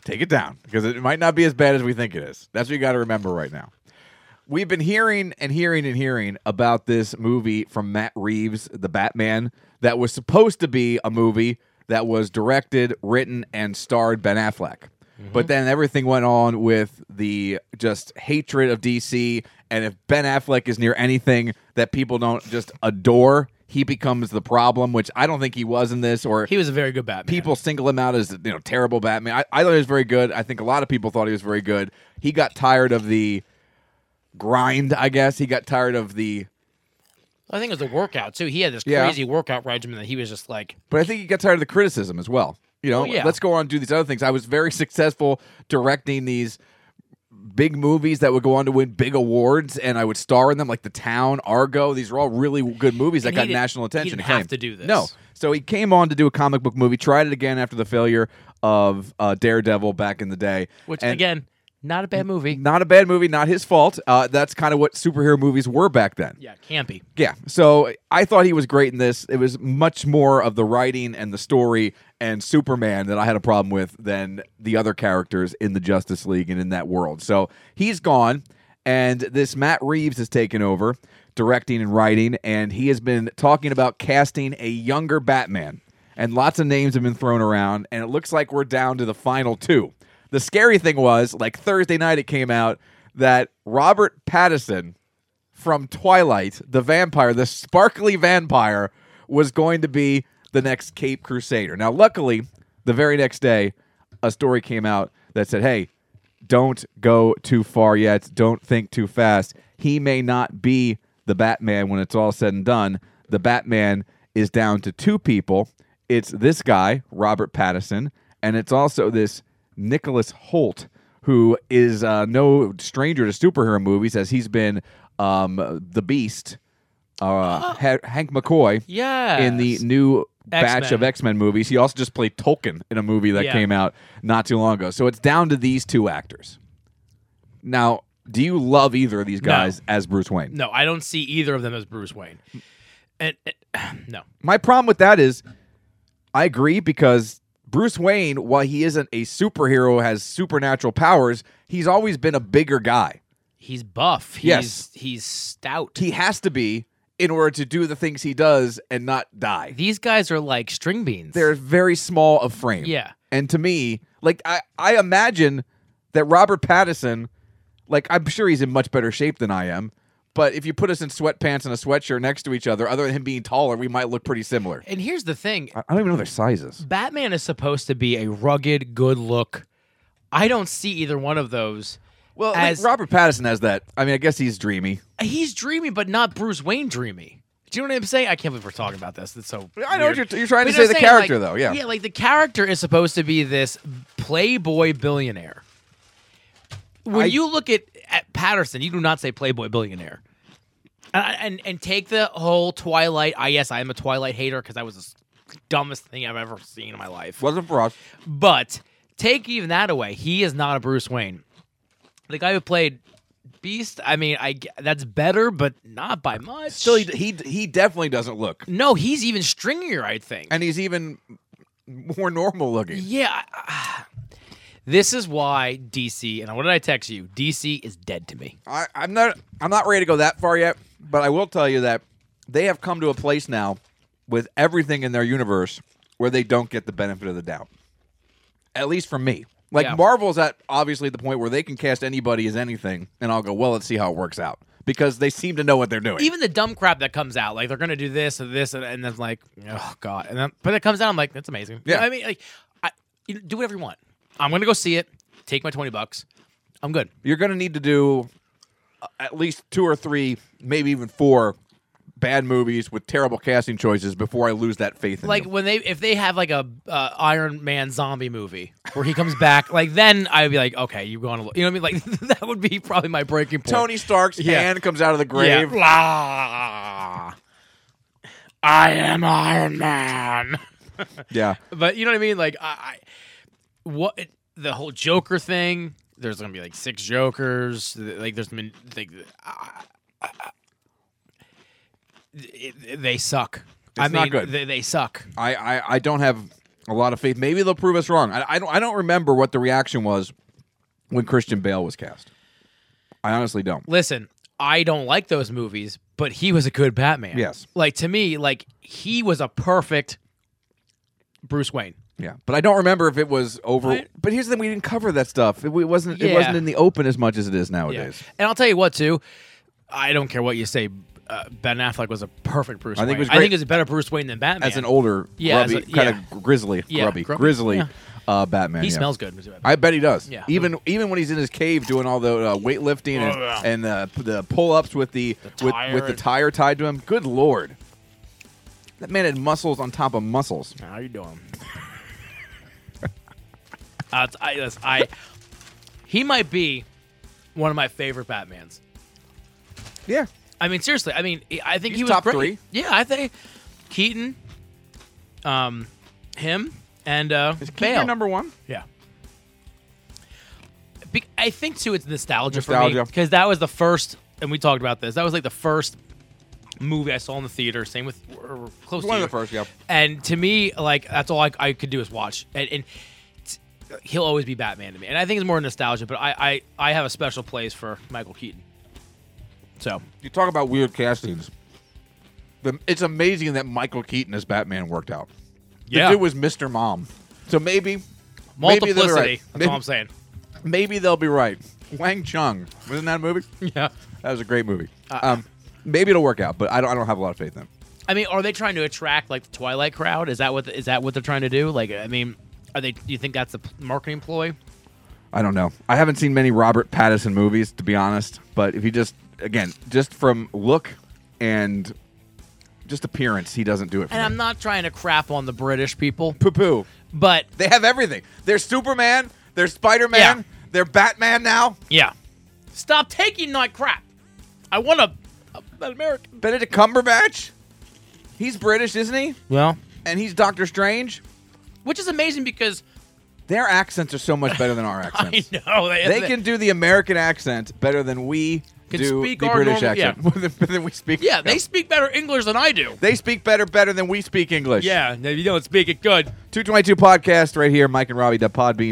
Speaker 1: Take it down because it might not be as bad as we think it is. That's what you got to remember right now. We've been hearing and hearing and hearing about this movie from Matt Reeves, the Batman, that was supposed to be a movie that was directed, written, and starred Ben Affleck. But then everything went on with the just hatred of DC. And if Ben Affleck is near anything that people don't just adore, he becomes the problem, which I don't think he was in this, or
Speaker 2: He was a very good Batman.
Speaker 1: people single him out as you know terrible Batman. I, I thought he was very good. I think a lot of people thought he was very good. He got tired of the grind, I guess. He got tired of the,
Speaker 2: I think it was the workout too. He had this
Speaker 1: Yeah.
Speaker 2: crazy workout regimen that he was just like,
Speaker 1: but I think he got tired of the criticism as well. You know,
Speaker 2: Well, Oh, yeah.
Speaker 1: let's go on and do these other things. I was very successful directing these big movies that would go on to win big awards, and I would star in them, like The Town, Argo. These were all really good movies that
Speaker 2: And he
Speaker 1: got
Speaker 2: didn't-
Speaker 1: national
Speaker 2: he
Speaker 1: attention.
Speaker 2: didn't
Speaker 1: and
Speaker 2: have
Speaker 1: fame.
Speaker 2: to do this.
Speaker 1: No, So he came on to do a comic book movie. Tried it again after the failure of uh, Daredevil back in the day.
Speaker 2: which
Speaker 1: And-
Speaker 2: again, not a bad movie.
Speaker 1: Not a bad movie, not his fault. Uh, that's kind of what superhero movies were back then.
Speaker 2: yeah, campy.
Speaker 1: Yeah. So I thought he was great in this. It was much more of the writing and the story and Superman that I had a problem with than the other characters in the Justice League and in that world. So he's gone, and this Matt Reeves has taken over directing and writing, and he has been talking about casting a younger Batman. And lots of names have been thrown around, and it looks like we're down to the final two. The scary thing was, like Thursday night, it came out that Robert Pattinson from Twilight, the vampire, the sparkly vampire, was going to be the next Cape Crusader. Now, luckily, the very next day, a story came out that said, hey, don't go too far yet. Don't think too fast. He may not be the Batman when it's all said and done. The Batman is down to two people. It's this guy, Robert Pattinson, and it's also this Nicholas Holt, who is uh, no stranger to superhero movies, as he's been um, the Beast, uh,
Speaker 2: (gasps)
Speaker 1: Ha- Hank McCoy,
Speaker 2: Yeah.
Speaker 1: in the new batch
Speaker 2: X-Men.
Speaker 1: of X Men movies. He also just played Tolkien in a movie that
Speaker 2: Yeah.
Speaker 1: came out not too long ago. So it's down to these two actors. Now, do you love either of these guys as Bruce Wayne?
Speaker 2: No, I don't see either of them as Bruce Wayne. And, and- (sighs) no,
Speaker 1: My problem with that is, I agree because Bruce Wayne, while he isn't a superhero, has supernatural powers. He's always been a bigger guy.
Speaker 2: he's buff. He's,
Speaker 1: Yes.
Speaker 2: he's stout.
Speaker 1: He has to be in order to do the things he does and not die.
Speaker 2: These guys are like string beans.
Speaker 1: They're very small of frame.
Speaker 2: yeah.
Speaker 1: And to me, like I, I imagine that Robert Pattinson, like I'm sure he's in much better shape than I am. But if you put us in sweatpants and a sweatshirt next to each other, other than him being taller, we might look pretty similar.
Speaker 2: And here's the thing:
Speaker 1: I I don't even know their sizes.
Speaker 2: Batman is supposed to be a rugged, good look. I don't see either one of those.
Speaker 1: Well,
Speaker 2: as
Speaker 1: like Robert Pattinson has that. I mean, I guess he's dreamy.
Speaker 2: he's dreamy, but not Bruce Wayne dreamy. Do you know what I'm saying? I can't believe we're talking about this. It's so.
Speaker 1: I know what
Speaker 2: weird.
Speaker 1: you're, you're trying
Speaker 2: But
Speaker 1: to
Speaker 2: you
Speaker 1: say. The
Speaker 2: know what I'm saying?
Speaker 1: character,
Speaker 2: Like-
Speaker 1: though, yeah.
Speaker 2: yeah, like the character is supposed to be this playboy billionaire. When
Speaker 1: I-
Speaker 2: you look at, at Patterson, you do not say playboy billionaire. And, I- and and take the whole Twilight. I yes, I am a Twilight hater because that was the s- dumbest thing I've ever seen in my life.
Speaker 1: Wasn't for us.
Speaker 2: But take even that away, he is not a Bruce Wayne. The guy who played Beast, I mean, I g- that's better, but not by much.
Speaker 1: Still, he, he he definitely doesn't look,
Speaker 2: no, he's even stringier, I think.
Speaker 1: and he's even more normal looking.
Speaker 2: Yeah. I- This is why DC, and what did I text you? DC is dead to me.
Speaker 1: I, I'm not I'm not ready to go that far yet, but I will tell you that they have come to a place now with everything in their universe where they don't get the benefit of the doubt. At least from me. Like
Speaker 2: Yeah.
Speaker 1: Marvel's at obviously the point where they can cast anybody as anything, and I'll go, well, let's see how it works out. because they seem to know what they're doing.
Speaker 2: Even the dumb crap that comes out, like they're gonna do this and this, and, and then like, oh god, and then but it comes out, I'm like, that's amazing.
Speaker 1: Yeah.
Speaker 2: I mean, like, I, you do whatever you want. I'm gonna go see it. Take my twenty bucks. I'm good.
Speaker 1: You're going to need to do uh, at least two or three, maybe even four bad movies with terrible casting choices before I lose that faith in
Speaker 2: Like
Speaker 1: you.
Speaker 2: when they if they have like a uh, Iron Man zombie movie where he comes back, like then I'd be like, okay, you're going to, you know what I mean? Like (laughs) that would be probably my breaking point.
Speaker 1: Tony Stark's
Speaker 2: Yeah.
Speaker 1: hand comes out of the
Speaker 2: Yeah.
Speaker 1: grave.
Speaker 2: Blah. I am Iron Man.
Speaker 1: Yeah.
Speaker 2: But you know what I mean? Like I, I what it- the whole Joker thing. There's gonna be like six Jokers. th- Like there's been like I- I- I- it- they suck. I
Speaker 1: not
Speaker 2: mean,
Speaker 1: good.
Speaker 2: They, they suck.
Speaker 1: I, I, I don't have a lot of faith. Maybe they'll prove us wrong. I, I don't I don't remember what the reaction was when Christian Bale was cast. I honestly don't.
Speaker 2: Listen, I don't like those movies, but he was a good Batman.
Speaker 1: Yes.
Speaker 2: Like to me, like he was a perfect Bruce Wayne.
Speaker 1: Yeah, but I don't remember if it was over.
Speaker 2: Right.
Speaker 1: But here's the thing: we didn't cover that stuff. It, we- wasn't. It
Speaker 2: Yeah.
Speaker 1: wasn't in the open as much as it is
Speaker 2: Yeah.
Speaker 1: nowadays.
Speaker 2: And I'll tell you what, too. I don't care what you say. Uh, ben Affleck was a perfect Bruce
Speaker 1: I think
Speaker 2: Wayne.
Speaker 1: it was
Speaker 2: I
Speaker 1: great.
Speaker 2: think he was a better Bruce Wayne than Batman.
Speaker 1: As an older,
Speaker 2: Yeah, as
Speaker 1: grubby,
Speaker 2: a-
Speaker 1: kind
Speaker 2: yeah.
Speaker 1: of grizzly,
Speaker 2: Yeah,
Speaker 1: grubby,
Speaker 2: grubby,
Speaker 1: grizzly
Speaker 2: yeah.
Speaker 1: uh, Batman.
Speaker 2: he
Speaker 1: yeah.
Speaker 2: smells good. Mr. Batman.
Speaker 1: I bet he does.
Speaker 2: Yeah.
Speaker 1: Even even when he's in his cave doing all the uh, weightlifting and, and uh, p- the pull ups with the, with,
Speaker 2: Oh, tire
Speaker 1: with the
Speaker 2: and-
Speaker 1: tire tied to him. Good lord, that man had muscles on top of muscles.
Speaker 2: How you (laughs) doing? uh, it's- I, listen, I, he might be one of my favorite Batmans.
Speaker 1: Yeah,
Speaker 2: I mean, seriously. I mean, I think
Speaker 1: He's
Speaker 2: he was
Speaker 1: top
Speaker 2: great.
Speaker 1: three.
Speaker 2: Yeah, I think Keaton, um, him, and uh,
Speaker 1: is Keaton
Speaker 2: Bale.
Speaker 1: your number one?
Speaker 2: Yeah. Be- I think too, it's nostalgia, for me
Speaker 1: Nostalgia.
Speaker 2: because that was the first, and we talked about this. That was like the first movie I saw in the theater. Same with or, or close
Speaker 1: One
Speaker 2: to
Speaker 1: of the
Speaker 2: you.
Speaker 1: first, yeah.
Speaker 2: And to me, like that's all I, I could do is watch, and, and t- he'll always be Batman to me. And I think it's more nostalgia, but I, I I have a special place for Michael Keaton. So
Speaker 1: You talk about weird castings. The, it's amazing that Michael Keaton as Batman worked out.
Speaker 2: Yeah.
Speaker 1: the dude was Mr. Mom. So maybe
Speaker 2: multiplicity.
Speaker 1: Maybe they're right.
Speaker 2: That's
Speaker 1: Maybe-
Speaker 2: all I'm saying.
Speaker 1: maybe they'll be right. Wang Chung wasn't that a
Speaker 2: (laughs)
Speaker 1: movie?
Speaker 2: Yeah.
Speaker 1: That was a great movie.
Speaker 2: Uh,
Speaker 1: um, maybe it'll work out, but I don't. I don't have a lot of faith in. Him.
Speaker 2: I mean, are they trying to attract like the Twilight crowd? Is that what is that what they're trying to do? Like, I mean, are they? Do you think that's a p- marketing ploy?
Speaker 1: I don't know. I haven't seen many Robert Pattinson movies, to be honest. But if you just, again, just from look and just appearance, he doesn't do it. For
Speaker 2: And I'm not trying to crap on the British people,
Speaker 1: poo poo.
Speaker 2: but
Speaker 1: They have everything. They're Superman. They're Spider Man.
Speaker 2: Yeah.
Speaker 1: They're Batman now.
Speaker 2: yeah, stop taking my crap. I want a, a an American.
Speaker 1: Benedict Cumberbatch. He's British, isn't he?
Speaker 2: Well,
Speaker 1: And he's Doctor Strange.
Speaker 2: which is amazing because
Speaker 1: Their accents are so much better than (laughs) our accents.
Speaker 2: (laughs) I know they,
Speaker 1: They can do the American accent better than we
Speaker 2: Can
Speaker 1: do
Speaker 2: speak
Speaker 1: the
Speaker 2: our
Speaker 1: British
Speaker 2: normal-
Speaker 1: accent. (laughs) than- than we speak.
Speaker 2: Yeah, they speak better English than I do.
Speaker 1: They speak better better than we speak English.
Speaker 2: Yeah, no, you don't speak it good.
Speaker 1: 222 podcast right here, Mike and Robbie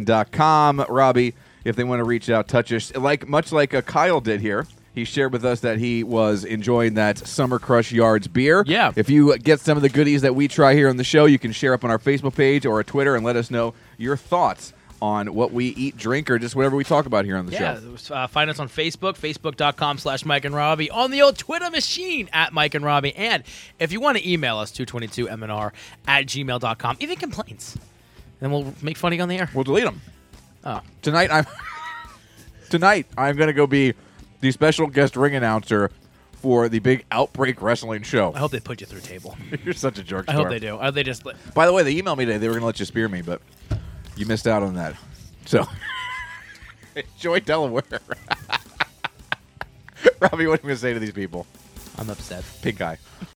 Speaker 1: podbean.com. Robbie, if they want to reach out, touch us. Like much like uh, Kyle did here. He shared with us that he was enjoying that Summer Crush Yards beer.
Speaker 2: Yeah.
Speaker 1: If you get some of the goodies that we try here on the show, you can share up on our Facebook page or our Twitter and let us know your thoughts on what we eat, drink, or just whatever we talk about here on the
Speaker 2: Yeah,
Speaker 1: show.
Speaker 2: uh, find us on Facebook, facebook.com slash Mike and Robbie, on the old Twitter machine at Mike and Robbie. And if you want to email us, 222MNR at gmail.com, even complaints. Then we'll make funny on the air.
Speaker 1: We'll delete them.
Speaker 2: Oh.
Speaker 1: Tonight I'm (laughs) tonight I'm gonna go be the special guest ring announcer for the big Outbreak Wrestling show.
Speaker 2: I hope they put you through (laughs) table.
Speaker 1: You're such a jerk.
Speaker 2: I hope
Speaker 1: Storm.
Speaker 2: they do. Are they just. li-
Speaker 1: By the way, they emailed me today. They were gonna let you spear me, but you missed out on that. So (laughs) enjoy Delaware. (laughs) Robbie, what are you gonna say to these people?
Speaker 2: I'm upset.
Speaker 1: Pink eye.